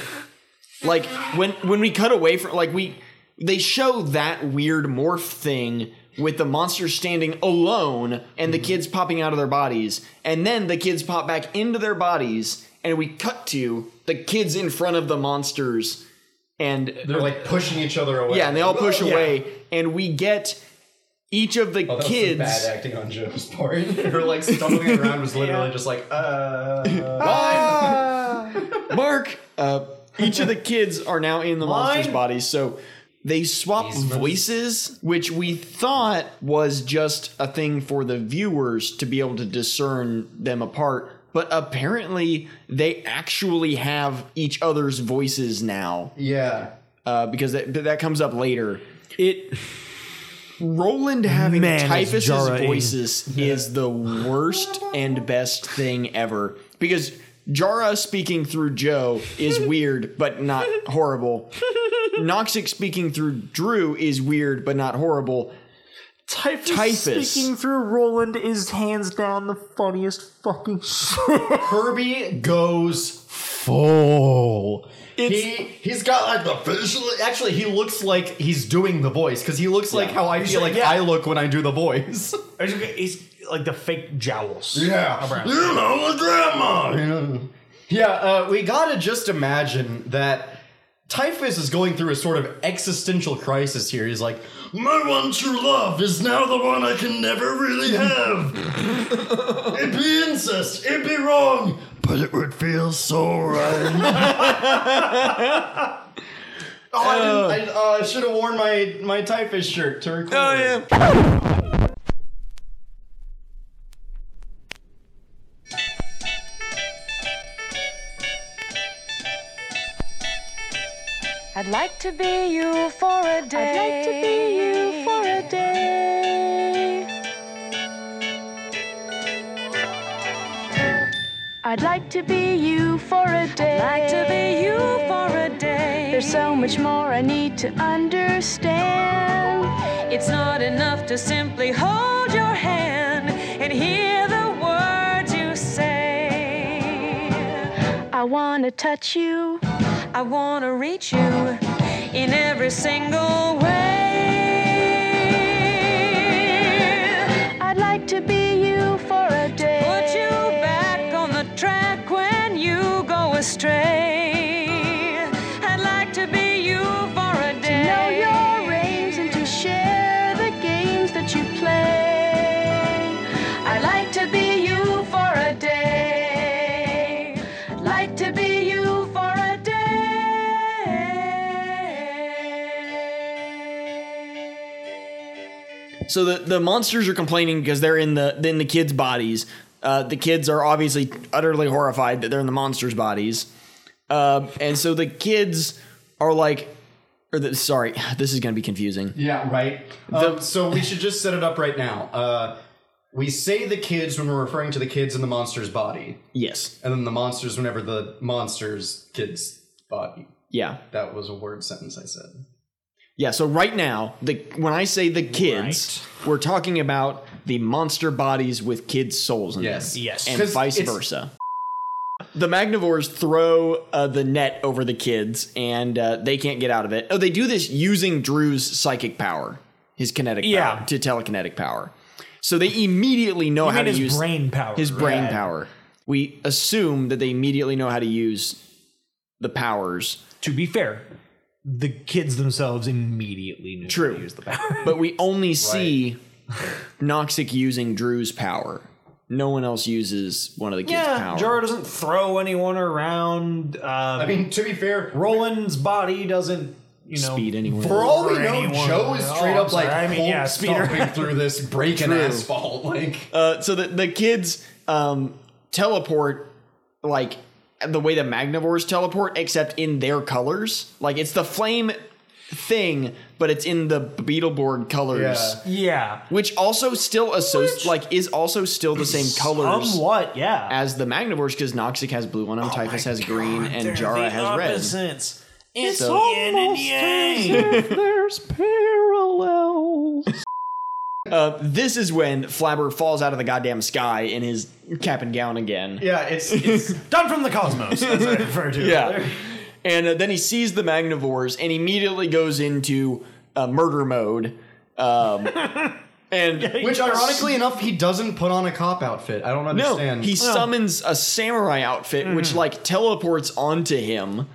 Speaker 2: like when when we cut away from like we they show that weird morph thing with the monster standing alone and the
Speaker 4: Mm-hmm.
Speaker 2: kids popping out of their bodies and then the kids pop back into their bodies and we cut to the kids in front of the monsters and
Speaker 4: They're like pushing each other away.
Speaker 2: yeah and they all push away and we get each of the
Speaker 4: Oh, that was some
Speaker 2: kids
Speaker 4: bad acting on Joe's part. <laughs> Her like stumbling
Speaker 2: <laughs>
Speaker 4: around was literally just like, uh,
Speaker 2: Mark. Uh, each of the kids are now in the monster's bodies, so they swap voices, which we thought was just a thing for the viewers to be able to discern them apart. But apparently, they actually have each other's voices now
Speaker 4: yeah.
Speaker 2: uh, because that, that comes up later.
Speaker 6: It
Speaker 2: Roland having
Speaker 6: Man, is
Speaker 2: typhus's
Speaker 6: Jara in-
Speaker 2: voices is the worst and best thing ever because Jara speaking through Joe is weird but not horrible. Noxic speaking through Drew is weird but not horrible.
Speaker 6: typhus,
Speaker 2: Typhus.
Speaker 6: speaking through Roland is hands down the funniest fucking.
Speaker 4: Kirby goes full. he he's got like the facial. Actually, he looks like he's doing the voice because he looks like how I feel like I look when I do the voice. <laughs>
Speaker 6: He's like the fake jowls.
Speaker 4: Yeah, you know the grandma. Yeah, uh, we gotta just imagine that Typhus is going through a sort of existential crisis here. He's like, my one true love is now the one I can never really <laughs> have. it'd be incest, it'd be wrong, but it would feel so <laughs> right. oh, I, didn't- I, uh, I should have worn my my Typhus shirt to record. Oh yeah.
Speaker 7: I'd like to be you for a day. I'd like to be you for a day. I'd like to be you for a day. I'd like to be you for a day. There's so much more I need to understand. It's not enough to simply hold your hand and hear the words you say. I wanna touch you. I wanna reach you in every single way. I'd like to be you for a day. Put you back on the track when you go astray. I'd like to be you for a day. To know your aims and to share the games that you play. I'd like to be you for a day. I'd like to be you for a day.
Speaker 2: So the, the monsters are complaining because they're in the in the kids' bodies. Uh, the kids are obviously utterly horrified that they're in the monsters' bodies, Um and so the kids are like, or the, sorry, <sighs> this is gonna be confusing.
Speaker 4: Yeah, right. Um, so we should just set it up right now. Uh, we say the kids when we're referring to the kids in the monster's body,
Speaker 2: Yes,
Speaker 4: and then the monsters whenever the monster's kids' body.
Speaker 2: yeah,
Speaker 4: That was a word sentence I said.
Speaker 2: yeah. So right now, the when I say the kids, we're talking about the monster bodies with kids' souls in them.
Speaker 4: Yes. Yes.
Speaker 2: and
Speaker 4: 'Cause
Speaker 2: vice
Speaker 4: it's-
Speaker 2: versa. The Magnivores throw uh, the net over the kids, and uh, they can't get out of it. Oh, they do this using Drew's psychic power, his kinetic
Speaker 3: Yeah.
Speaker 2: power, to telekinetic power. So they immediately know
Speaker 3: You
Speaker 2: how
Speaker 3: mean
Speaker 2: to
Speaker 3: his
Speaker 2: use
Speaker 3: brain power.
Speaker 2: his brain
Speaker 3: right?
Speaker 2: power. We assume that they immediately know how to use the powers,
Speaker 3: To be fair, the kids themselves immediately knew
Speaker 2: True.
Speaker 3: how to use
Speaker 2: <laughs>
Speaker 3: the power.
Speaker 2: but we only see Noxic using Drew's power. No one else uses one of the kids'
Speaker 3: yeah,
Speaker 2: power.
Speaker 3: Jaro doesn't throw anyone around. Um,
Speaker 4: I mean, to be fair,
Speaker 3: Roland's body doesn't, you know,
Speaker 2: Speed anyone.
Speaker 4: for Oh, all we
Speaker 3: bore
Speaker 4: know,
Speaker 3: anyone
Speaker 4: Joe is
Speaker 3: at
Speaker 4: straight
Speaker 3: all.
Speaker 4: up like
Speaker 3: I mean,
Speaker 4: Hulk
Speaker 3: yeah, speeder.
Speaker 4: stomping through this breaking asphalt. <laughs> Like
Speaker 2: Uh, so the, the kids um, teleport like the way the magnivores teleport except in their colors like it's the flame thing but it's in the beetleborg colors
Speaker 4: Yeah.
Speaker 3: <laughs> Yeah,
Speaker 2: which also still associates like is also still the same colors
Speaker 3: somewhat. Oh Yeah,
Speaker 2: as the magnivores because noxic has blue on him typhus has green and jara has red
Speaker 3: red. It's
Speaker 2: So-
Speaker 3: yin and yang.
Speaker 5: There's parallels.
Speaker 2: uh, this is when flabber falls out of the goddamn sky in his cap and gown again
Speaker 4: yeah,
Speaker 3: <laughs>
Speaker 4: it's it's
Speaker 3: Done from the cosmos, as I refer to. it.
Speaker 2: Yeah. <laughs> And uh, then he sees the Magnivores and immediately goes into uh, murder mode. Um, and
Speaker 4: which ironically enough he doesn't put on a cop outfit. I don't
Speaker 2: no,
Speaker 4: understand.
Speaker 2: he summons a samurai outfit, which like teleports onto him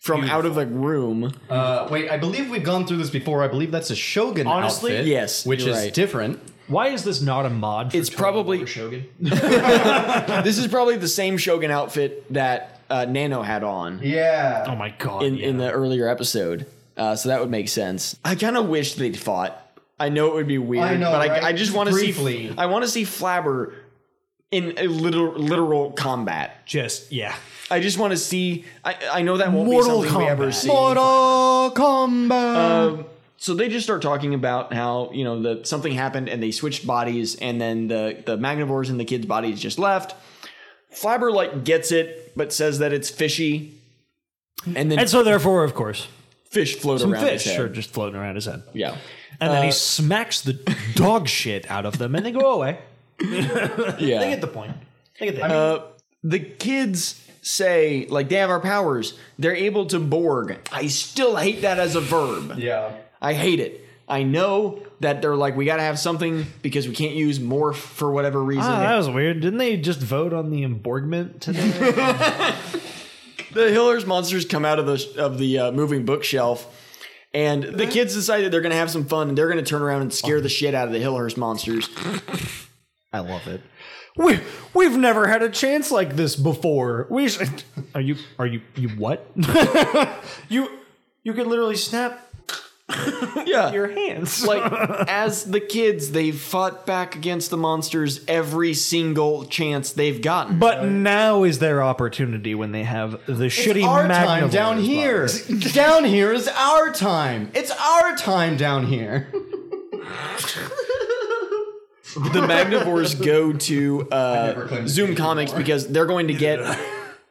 Speaker 2: from out of the room.
Speaker 4: Uh, wait, I believe we've gone through this before. I believe that's a Shogun
Speaker 3: Honestly,
Speaker 4: outfit,
Speaker 2: yes,
Speaker 4: which
Speaker 2: you're
Speaker 4: is
Speaker 2: right.
Speaker 4: different.
Speaker 3: Why is this not a mod? For
Speaker 2: It's
Speaker 3: Total
Speaker 2: probably-
Speaker 3: War Shogun.
Speaker 2: this is probably the same Shogun outfit that uh, Nano had on
Speaker 4: Yeah.
Speaker 3: Oh my god!
Speaker 2: in,
Speaker 3: yeah.
Speaker 2: in the earlier episode. Uh, so that would make sense. I kind of wish they'd fought. I know it would be weird,
Speaker 4: I know,
Speaker 2: but
Speaker 4: right?
Speaker 2: I, I just want to see.
Speaker 4: Briefly.
Speaker 2: I want to see Flabber in a literal, literal combat.
Speaker 3: just yeah,
Speaker 2: I just want to see. I, I know that won't
Speaker 3: Mortal
Speaker 2: be something we ever
Speaker 3: Kombat.
Speaker 2: see.
Speaker 4: Mortal Kombat.
Speaker 2: Um, so they just start talking about how you know that something happened and they switched bodies, and then the the Magnivores and the kids' bodies just left. Flabber like gets it, but says that it's fishy, and then
Speaker 3: and so therefore, of course,
Speaker 2: fish float
Speaker 3: some
Speaker 2: around.
Speaker 3: fish
Speaker 2: his head. Uh,
Speaker 3: are just floating around his head,
Speaker 2: Yeah,
Speaker 3: and then he smacks the dog shit out of them, and they go away.
Speaker 2: yeah.
Speaker 3: They get the point. They get the
Speaker 2: Uh, the kids say like they have our powers. They're able to Borg. I still hate that as a verb.
Speaker 4: yeah.
Speaker 2: I hate it. I know that they're like, we got to have something because we can't use morph for whatever reason.
Speaker 3: Ah, that was weird. Didn't they just vote on the emborgment today?
Speaker 2: the Hillers monsters come out of the of the uh, moving bookshelf, and the kids decide that they're gonna have some fun and they're gonna turn around and scare the shit out of the Hillhurst monsters.
Speaker 5: I love it.
Speaker 3: we we've never had a chance like this before. We should, <laughs> are you are you you what? <laughs> you you could literally snap
Speaker 2: Yeah,
Speaker 3: your <laughs> hands.
Speaker 2: like as the kids, they've fought back against the monsters every single chance they've gotten.
Speaker 3: but now is their opportunity when they have the shitty
Speaker 4: our time
Speaker 3: Magnavore's
Speaker 4: down
Speaker 3: body.
Speaker 4: here. <laughs> down here is our time. It's our time down here.
Speaker 2: the Magnivores
Speaker 4: <laughs>
Speaker 2: go to
Speaker 4: never claimed
Speaker 2: uh,
Speaker 4: to
Speaker 2: Zoom
Speaker 4: be
Speaker 2: Comics
Speaker 4: anymore.
Speaker 2: because they're going to
Speaker 4: <laughs>
Speaker 2: get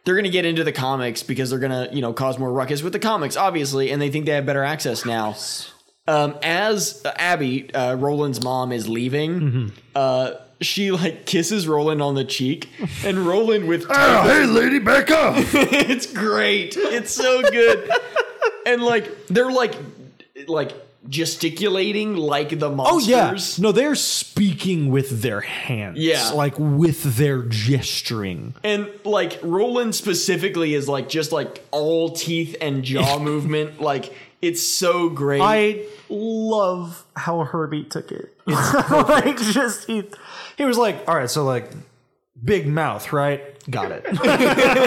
Speaker 2: they're going to get into the comics because they're going to you know cause more ruckus with the comics, obviously, and they think they have better access now.
Speaker 4: Mm-hmm.
Speaker 2: Um, as Abby, uh, Roland's mom, is leaving, uh, she like kisses Roland on the cheek, and Roland
Speaker 4: <laughs>
Speaker 2: with
Speaker 8: Oh, hey, lady, back up.
Speaker 2: it's great. It's so good. and like they're like like gesticulating like the
Speaker 8: Oh yeah,
Speaker 2: monsters.
Speaker 8: no, they're speaking with their hands.
Speaker 2: Yeah.
Speaker 8: like with their gesturing.
Speaker 2: And like Roland specifically is like just like all teeth and jaw movement. Like it's so great.
Speaker 6: I love how Herbie took
Speaker 3: <laughs>
Speaker 6: it. like just he,
Speaker 3: He was like, all right, so like, big mouth, right?
Speaker 8: Got it.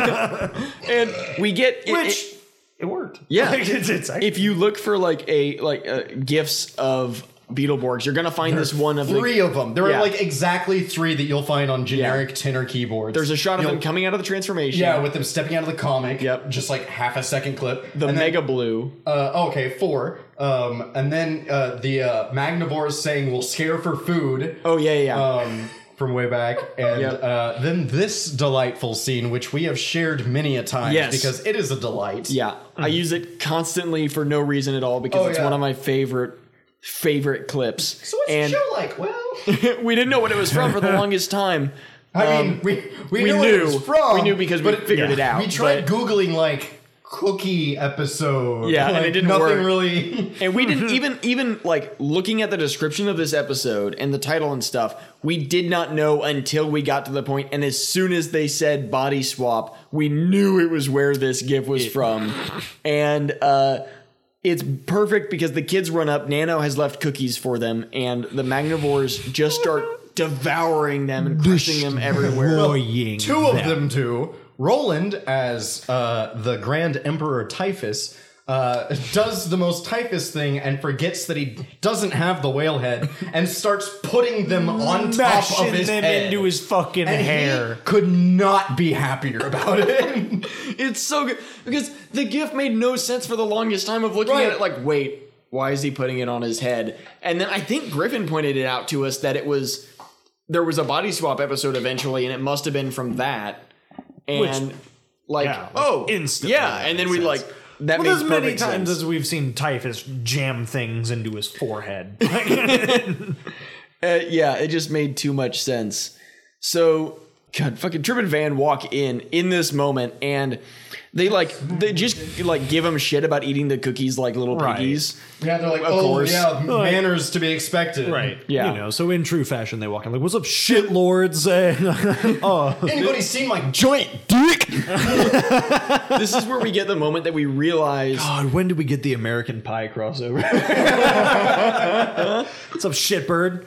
Speaker 2: and we get it- it-
Speaker 3: Which <laughs> it worked.
Speaker 2: Yeah.
Speaker 3: Like, <laughs> it's, it's actually,
Speaker 2: if you look for like a like uh, gifts of Beetleborgs, you're gonna find this one of the.
Speaker 4: Three of them. There
Speaker 2: Yeah.
Speaker 4: are like exactly three that you'll find on generic tenor keyboards.
Speaker 2: There's a shot of
Speaker 4: You'll-
Speaker 2: them coming out of the transformation.
Speaker 4: Yeah, with them stepping out of the comic.
Speaker 2: Yep.
Speaker 4: Just like half a second clip.
Speaker 2: the
Speaker 4: And then,
Speaker 2: Mega Blue.
Speaker 4: uh, oh, okay, four. Um, and then uh, the uh, Magnivores saying we'll scare for food.
Speaker 2: Oh yeah, yeah, yeah.
Speaker 4: Um, from way
Speaker 2: <laughs>
Speaker 4: back, and
Speaker 2: Yep.
Speaker 4: uh, then this delightful scene, which we have shared many a time,
Speaker 2: Yes.
Speaker 4: because it is a delight.
Speaker 2: Yeah, I use it constantly for no reason at all because
Speaker 4: Mm. Oh,
Speaker 2: it's
Speaker 4: yeah.
Speaker 2: one of my favorite favorite clips.
Speaker 4: So what's
Speaker 2: and
Speaker 4: the show
Speaker 2: <laughs>
Speaker 4: like? Well,
Speaker 2: we didn't know what it was from
Speaker 4: <laughs>
Speaker 2: for the longest time.
Speaker 4: I mean, we we,
Speaker 2: Um, we
Speaker 4: knew, where it was
Speaker 2: knew.
Speaker 4: from.
Speaker 2: We knew because we
Speaker 4: but-
Speaker 2: figured it out,
Speaker 4: We tried
Speaker 2: but-
Speaker 4: googling like cookie episode.
Speaker 2: Yeah, and it
Speaker 4: like,
Speaker 2: didn't
Speaker 4: nothing
Speaker 2: work. <laughs>
Speaker 4: really.
Speaker 2: And we didn't even even like looking at the description of this episode and the title and stuff, we did not know until we got to the point and as soon as they said body swap, we knew it was where this gif was from. And uh it's perfect because the kids run up, Nano has left cookies for them, and the Magnivores just start devouring them and crushing them everywhere.
Speaker 3: Oh,
Speaker 8: Destroying
Speaker 4: Two of
Speaker 8: them.
Speaker 4: them do. Roland as uh, the Grand Emperor Typhus. Uh, does the most typhus thing and forgets that he doesn't have the whale head and starts putting them on top of
Speaker 3: mashing
Speaker 4: his
Speaker 3: them
Speaker 4: head.
Speaker 3: into his fucking
Speaker 4: and
Speaker 3: hair.
Speaker 4: He could not be happier
Speaker 2: <laughs>
Speaker 4: about it.
Speaker 2: It's so good because the gif made no sense for the longest time of looking
Speaker 4: Right.
Speaker 2: at it like, wait, why is he putting it on his head? And then I think Griffin pointed it out to us that it was there was a body swap episode eventually, and it must have been from that. And like,
Speaker 3: yeah, like,
Speaker 2: oh,
Speaker 3: instantly
Speaker 2: yeah,
Speaker 3: that
Speaker 2: and then
Speaker 3: made
Speaker 2: we like
Speaker 3: sense.
Speaker 2: that
Speaker 3: Well,
Speaker 2: makes
Speaker 3: as many
Speaker 2: perfect sense.
Speaker 3: times as we've seen Typhus jam things into his forehead. <laughs>
Speaker 2: Uh, yeah, it just made too much sense. So, God, fucking Trip and Van walk in in this moment, and they like they just like give him shit about eating the cookies like little
Speaker 3: Right.
Speaker 2: piggies.
Speaker 4: yeah, they're like,
Speaker 2: Of
Speaker 4: oh
Speaker 2: course.
Speaker 4: yeah, manners to be expected.
Speaker 2: Yeah.
Speaker 8: You know, so in true fashion, they walk in like, "What's up, shit
Speaker 3: <laughs>
Speaker 8: lords?" And- oh,
Speaker 4: Anybody seen my joint?
Speaker 8: dick.
Speaker 2: this is where we get the moment that we
Speaker 3: <laughs>
Speaker 2: realize
Speaker 8: God, when did we get the American Pie crossover? What's up, shitbird?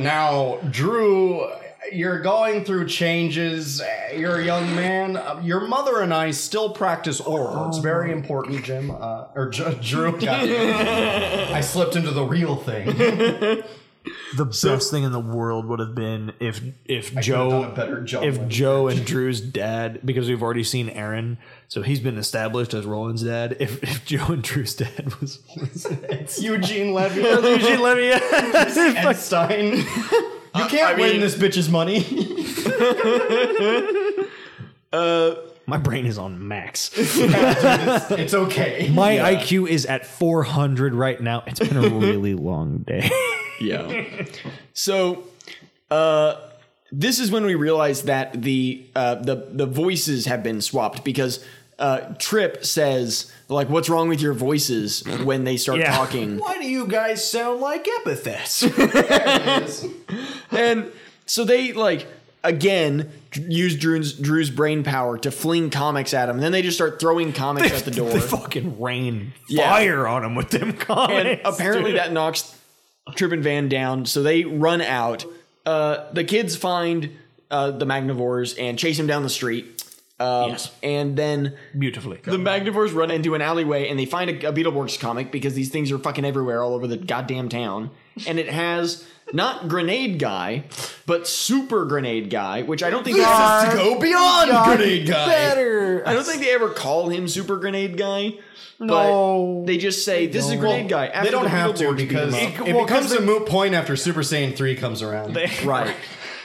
Speaker 4: Now, Drew, you're going through changes. You're a young man. Uh, Your mother and I still practice oral.
Speaker 3: Oh
Speaker 4: It's very important, Jim. Uh, or J-
Speaker 3: <laughs>
Speaker 4: Drew. goddamn. I slipped into the real thing.
Speaker 3: the best thing in the world would have been if if
Speaker 4: Joe,
Speaker 3: Joe
Speaker 4: a better job.
Speaker 3: Oh, if Joe and Drew's dad because we've already seen Aaron, so he's been established as Roland's dad. If, if Joe and Drew's dad was, was
Speaker 4: Eugene Levy
Speaker 3: <laughs> Eugene Levy,
Speaker 4: and Stein. You can't win this bitch's money.
Speaker 3: <laughs> my brain is on max.
Speaker 4: it's okay.
Speaker 8: My IQ is at 400 right now. It's been a really long day.
Speaker 2: yeah. So, uh, this is when we realize that the uh, the the voices have been swapped because uh, Trip says like, "What's wrong with your voices?" when they start
Speaker 3: <laughs> Yeah.
Speaker 2: talking,
Speaker 3: Why do you guys sound like epithets?
Speaker 2: and so they like again use Drew's Drew's brain power to fling comics at him. And then they just start throwing comics at the door.
Speaker 3: <laughs> They fucking rain
Speaker 2: Yeah.
Speaker 3: fire on him with them
Speaker 2: and
Speaker 3: comments.
Speaker 2: apparently that knocks Trip and Van down, so they run out. Uh, the kids find uh, the Magnivores and chase him down the street. Um,
Speaker 3: Yes.
Speaker 2: And then
Speaker 3: beautifully.
Speaker 2: the Magnivores run into an alleyway and they find a, a Beetleborgs comic because these things are fucking everywhere all over the goddamn town. And it has not Grenade Guy, but Super Grenade Guy, which I don't think
Speaker 4: This is to go beyond grenade guy.
Speaker 2: I don't think they ever call him Super Grenade Guy. But
Speaker 3: No.
Speaker 2: They just say this is a Grenade Guy. After
Speaker 4: They don't
Speaker 2: the
Speaker 4: have to
Speaker 2: Beetleborgs beat him
Speaker 4: because
Speaker 2: up.
Speaker 4: it,
Speaker 3: It- well, 'cause
Speaker 4: becomes a moot point after Super Saiyan 3 comes around.
Speaker 2: right.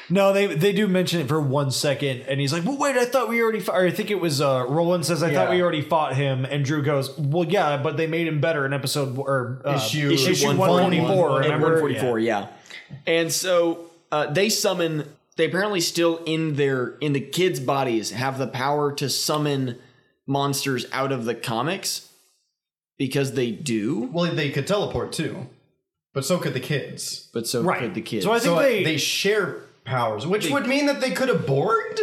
Speaker 3: No, they they do mention it for one second, and he's like, "Well, wait, I thought we already." Fought, or I think it was uh, Roland says, "I thought
Speaker 2: Yeah.
Speaker 3: we already fought him," and Drew goes, "Well, yeah, but they made him better in episode or uh,
Speaker 4: Issue
Speaker 3: issue one
Speaker 4: 141.
Speaker 3: twenty four,
Speaker 2: and
Speaker 3: remember?
Speaker 2: 144, yeah. And so uh, they summon. They apparently still in their in the kids' bodies have the power to summon monsters out of the comics because they do.
Speaker 4: Well, they could teleport too, but so could the kids.
Speaker 2: But so
Speaker 3: Right.
Speaker 2: could the kids.
Speaker 3: So I think
Speaker 4: So uh,
Speaker 3: they,
Speaker 4: they, share powers, which would mean that they could have borged.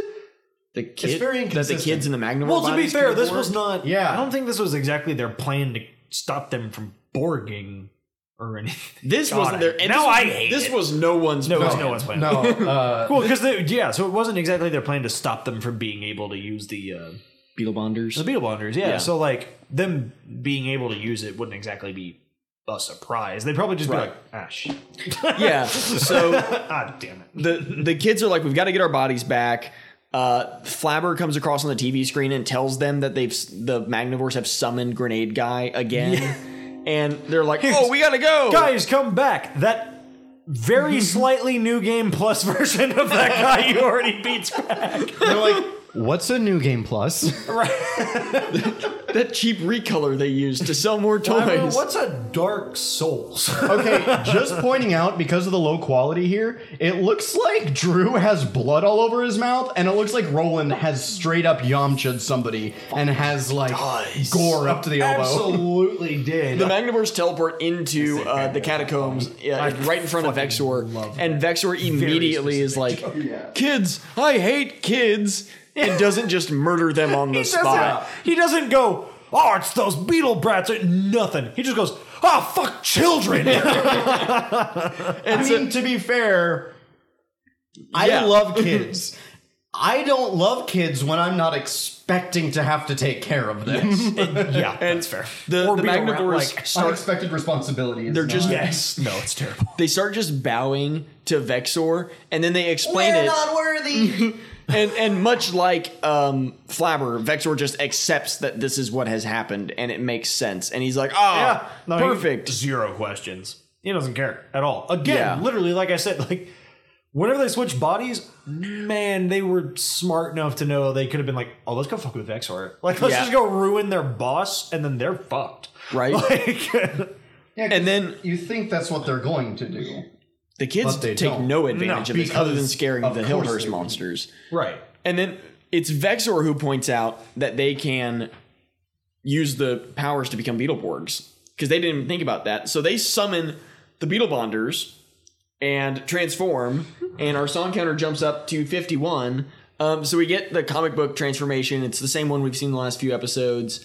Speaker 2: the kid,
Speaker 4: very
Speaker 2: that the
Speaker 4: inconsistent.
Speaker 2: kids in the Magnum.
Speaker 3: Well, to be fair, this was not.
Speaker 4: Yeah.
Speaker 3: I don't think this was exactly their plan to stop them from borging or anything. <laughs>
Speaker 2: This
Speaker 3: God,
Speaker 2: wasn't there. and
Speaker 3: now
Speaker 2: this
Speaker 3: I
Speaker 2: was,
Speaker 3: hate
Speaker 2: This
Speaker 3: it.
Speaker 2: was no one's.
Speaker 3: No, it was
Speaker 2: plan.
Speaker 3: no one's plan.
Speaker 4: No,
Speaker 3: <laughs>
Speaker 4: uh,
Speaker 3: Well, because yeah, so it wasn't exactly their plan to stop them from being able to use the uh,
Speaker 2: Beetle Bonders.
Speaker 3: <laughs> the beetle bonders. Yeah.
Speaker 2: Yeah.
Speaker 3: so like them being able to use it wouldn't exactly be a surprise. They'd probably just
Speaker 2: Right.
Speaker 3: be like, ah, shit,
Speaker 2: yeah. So
Speaker 3: ah, damn it.
Speaker 2: the the kids are like, we've got to get our bodies back. Uh, Flabber comes across on the TV screen and tells them that they've s- the Magnivores have summoned Grenade Guy again, and they're like, "Oh, we gotta go,
Speaker 3: Guys, come back. That
Speaker 2: <laughs>
Speaker 3: very slightly new game plus <laughs> version of that guy you
Speaker 2: <laughs>
Speaker 3: already beats back.
Speaker 4: they're like, what's a new game plus?
Speaker 2: That cheap recolor they used to sell more toys.
Speaker 3: what's a
Speaker 2: <laughs>
Speaker 3: Dark Souls?
Speaker 4: okay, just pointing out because of the low quality here, it looks like Drew has blood all over his mouth, and it looks like Roland has straight up Yamcha'd somebody and has like gore up to the elbow.
Speaker 3: Absolutely did.
Speaker 2: the Magnivores teleport into uh, the catacombs yeah, right in front of Vexor, and Vexor immediately is like,
Speaker 3: Oh,
Speaker 2: "Kids, I hate kids," and doesn't just murder them on the
Speaker 3: he doesn't.
Speaker 2: spot.
Speaker 3: He doesn't go. Oh, it's those beetle brats. It- Nothing. He just goes. Oh,
Speaker 2: <laughs>
Speaker 3: fuck children.
Speaker 4: I mean, to be fair,
Speaker 2: Yeah.
Speaker 4: I
Speaker 2: <laughs>
Speaker 4: love kids. I don't love kids when I'm not expecting to have to take care of them. <laughs>
Speaker 3: yeah, that's fair.
Speaker 2: The,
Speaker 3: Or
Speaker 2: the
Speaker 3: beetle rat,
Speaker 2: Magnivores <laughs>
Speaker 3: like,
Speaker 2: start
Speaker 4: Unexpected responsibility. Is
Speaker 2: They're just- <laughs>
Speaker 4: not-
Speaker 3: yes. <laughs> No, it's terrible.
Speaker 2: they start just bowing to Vexor, and then they explain
Speaker 4: We're
Speaker 2: it.
Speaker 4: not worthy.
Speaker 2: <laughs> and and much like um, Flabber, Vexor just accepts that this is what has happened, and it makes sense. And he's like, "Ah,
Speaker 3: No, he-
Speaker 2: perfect."
Speaker 3: <laughs> zero questions. He doesn't care at all. Again,
Speaker 2: Yeah.
Speaker 3: literally, like I said, like whenever they switch bodies, man, they were smart enough to know they could have been like, oh, let's go fuck with Vexor. Like, let's
Speaker 2: Yeah.
Speaker 3: just go ruin their boss, and then they're fucked. <laughs>
Speaker 2: Right.
Speaker 3: Like,
Speaker 2: and then
Speaker 4: you think that's what they're going to do.
Speaker 2: the kids
Speaker 4: But they
Speaker 2: take
Speaker 4: don't.
Speaker 2: no advantage
Speaker 4: No,
Speaker 2: of this other
Speaker 4: because
Speaker 2: than scaring
Speaker 4: of
Speaker 2: the
Speaker 4: course
Speaker 2: Hillhurst
Speaker 4: they would.
Speaker 2: monsters.
Speaker 3: right.
Speaker 2: And then it's Vexor who points out that they can use the powers to become Beetleborgs because they didn't even think about that. So they summon the Beetlebonders and transform, and our song counter jumps up to 51. Um, so we get the comic book transformation. It's the same one we've seen the last few episodes.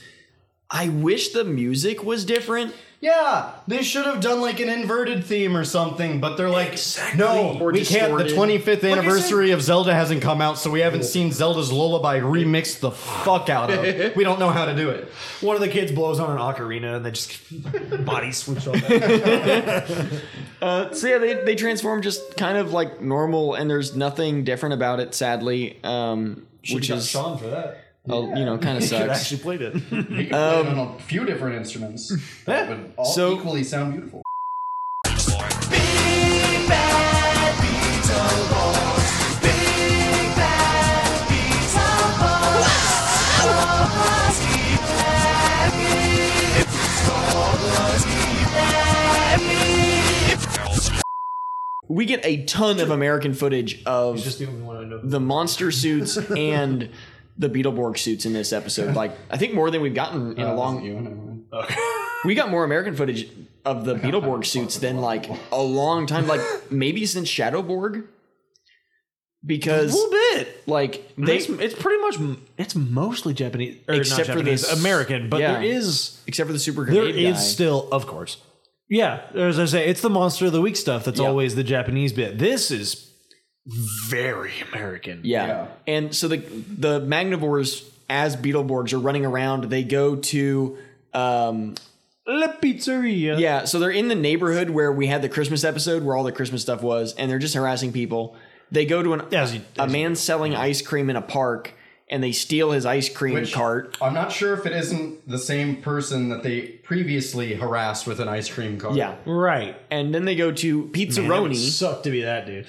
Speaker 2: I wish the music was different.
Speaker 4: Yeah, they should have done like an inverted theme or something, but they're like, no,
Speaker 2: Or
Speaker 4: we can't. The
Speaker 2: distorted.
Speaker 4: 25th anniversary of Zelda hasn't come out, so we haven't seen Zelda's Lullaby remixed the fuck
Speaker 2: <laughs>
Speaker 4: out of. we don't know how to do it.
Speaker 3: One of the kids blows on an ocarina, and they just <laughs> body switch on.
Speaker 2: So yeah, they, they transform just kind of like normal, and there's nothing different about it, sadly. Um, which is, uh,
Speaker 3: Sean for that.
Speaker 2: you know,
Speaker 3: <laughs>
Speaker 2: kind of sucks.
Speaker 3: Actually played it.
Speaker 4: on a few different instruments that would all
Speaker 2: so-
Speaker 4: equally sound beautiful.
Speaker 2: we get a ton of American footage of
Speaker 3: Just the only one I know.
Speaker 2: the monster
Speaker 3: <laughs>
Speaker 2: suits and the Beetleborg suits in this episode. Like, I think more than we've gotten in
Speaker 3: Uh,
Speaker 2: a long. We got more American footage of the Beetleborg suits than like a long time, like maybe since Shadowborg, because
Speaker 3: A little bit.
Speaker 2: like they
Speaker 3: They, it's, it's pretty much it's mostly Japanese, or
Speaker 2: Except
Speaker 3: not
Speaker 2: for
Speaker 3: Japanese,
Speaker 2: this-
Speaker 3: American. But
Speaker 2: yeah.
Speaker 3: there is
Speaker 2: except for the super
Speaker 3: there
Speaker 2: grenade
Speaker 3: is
Speaker 2: guy.
Speaker 3: still, of course, yeah. As I say, it's the monster of the week stuff. That's
Speaker 2: Yeah.
Speaker 3: always the Japanese bit. This is very American.
Speaker 2: Yeah. And so the the Magnivores as Beetleborgs are running around. They go to um
Speaker 3: La pizzeria.
Speaker 2: yeah, so they're in the neighborhood where we had the Christmas episode where all the Christmas stuff was and they're just harassing people. They go to an
Speaker 3: As you-
Speaker 2: a
Speaker 3: as you
Speaker 2: man selling ice cream in a park and they steal his ice cream
Speaker 4: Which-
Speaker 2: cart.
Speaker 4: I'm not sure if it isn't the same person that they previously harassed with an ice cream cart.
Speaker 2: Yeah.
Speaker 3: Right.
Speaker 2: And then they go to Pizzaroni,
Speaker 3: Suck to be that dude.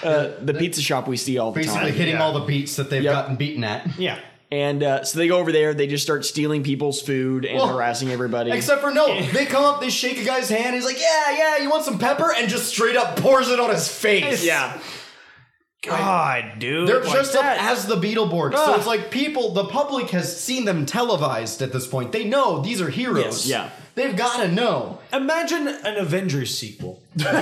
Speaker 2: the pizza shop we see all the
Speaker 4: Basically
Speaker 2: time.
Speaker 4: hitting all the beats that they've
Speaker 2: Yep. <laughs>
Speaker 4: gotten beaten at.
Speaker 3: yeah.
Speaker 2: And uh, so they go over there. They just start stealing people's food and
Speaker 4: Well,
Speaker 2: harassing everybody.
Speaker 4: Except for no, they come up, they shake a guy's hand. He's like, "Yeah, yeah, you want some pepper?" And just straight up pours it on his face.
Speaker 2: yeah,
Speaker 6: God, dude.
Speaker 4: They're
Speaker 6: like-
Speaker 4: dressed up as the Beetleborgs, so it's like people, the public has seen them televised at this point. They know these are
Speaker 2: Yes,
Speaker 4: heroes.
Speaker 2: yeah.
Speaker 4: they've got to know.
Speaker 3: Imagine an Avengers sequel. <laughs> Where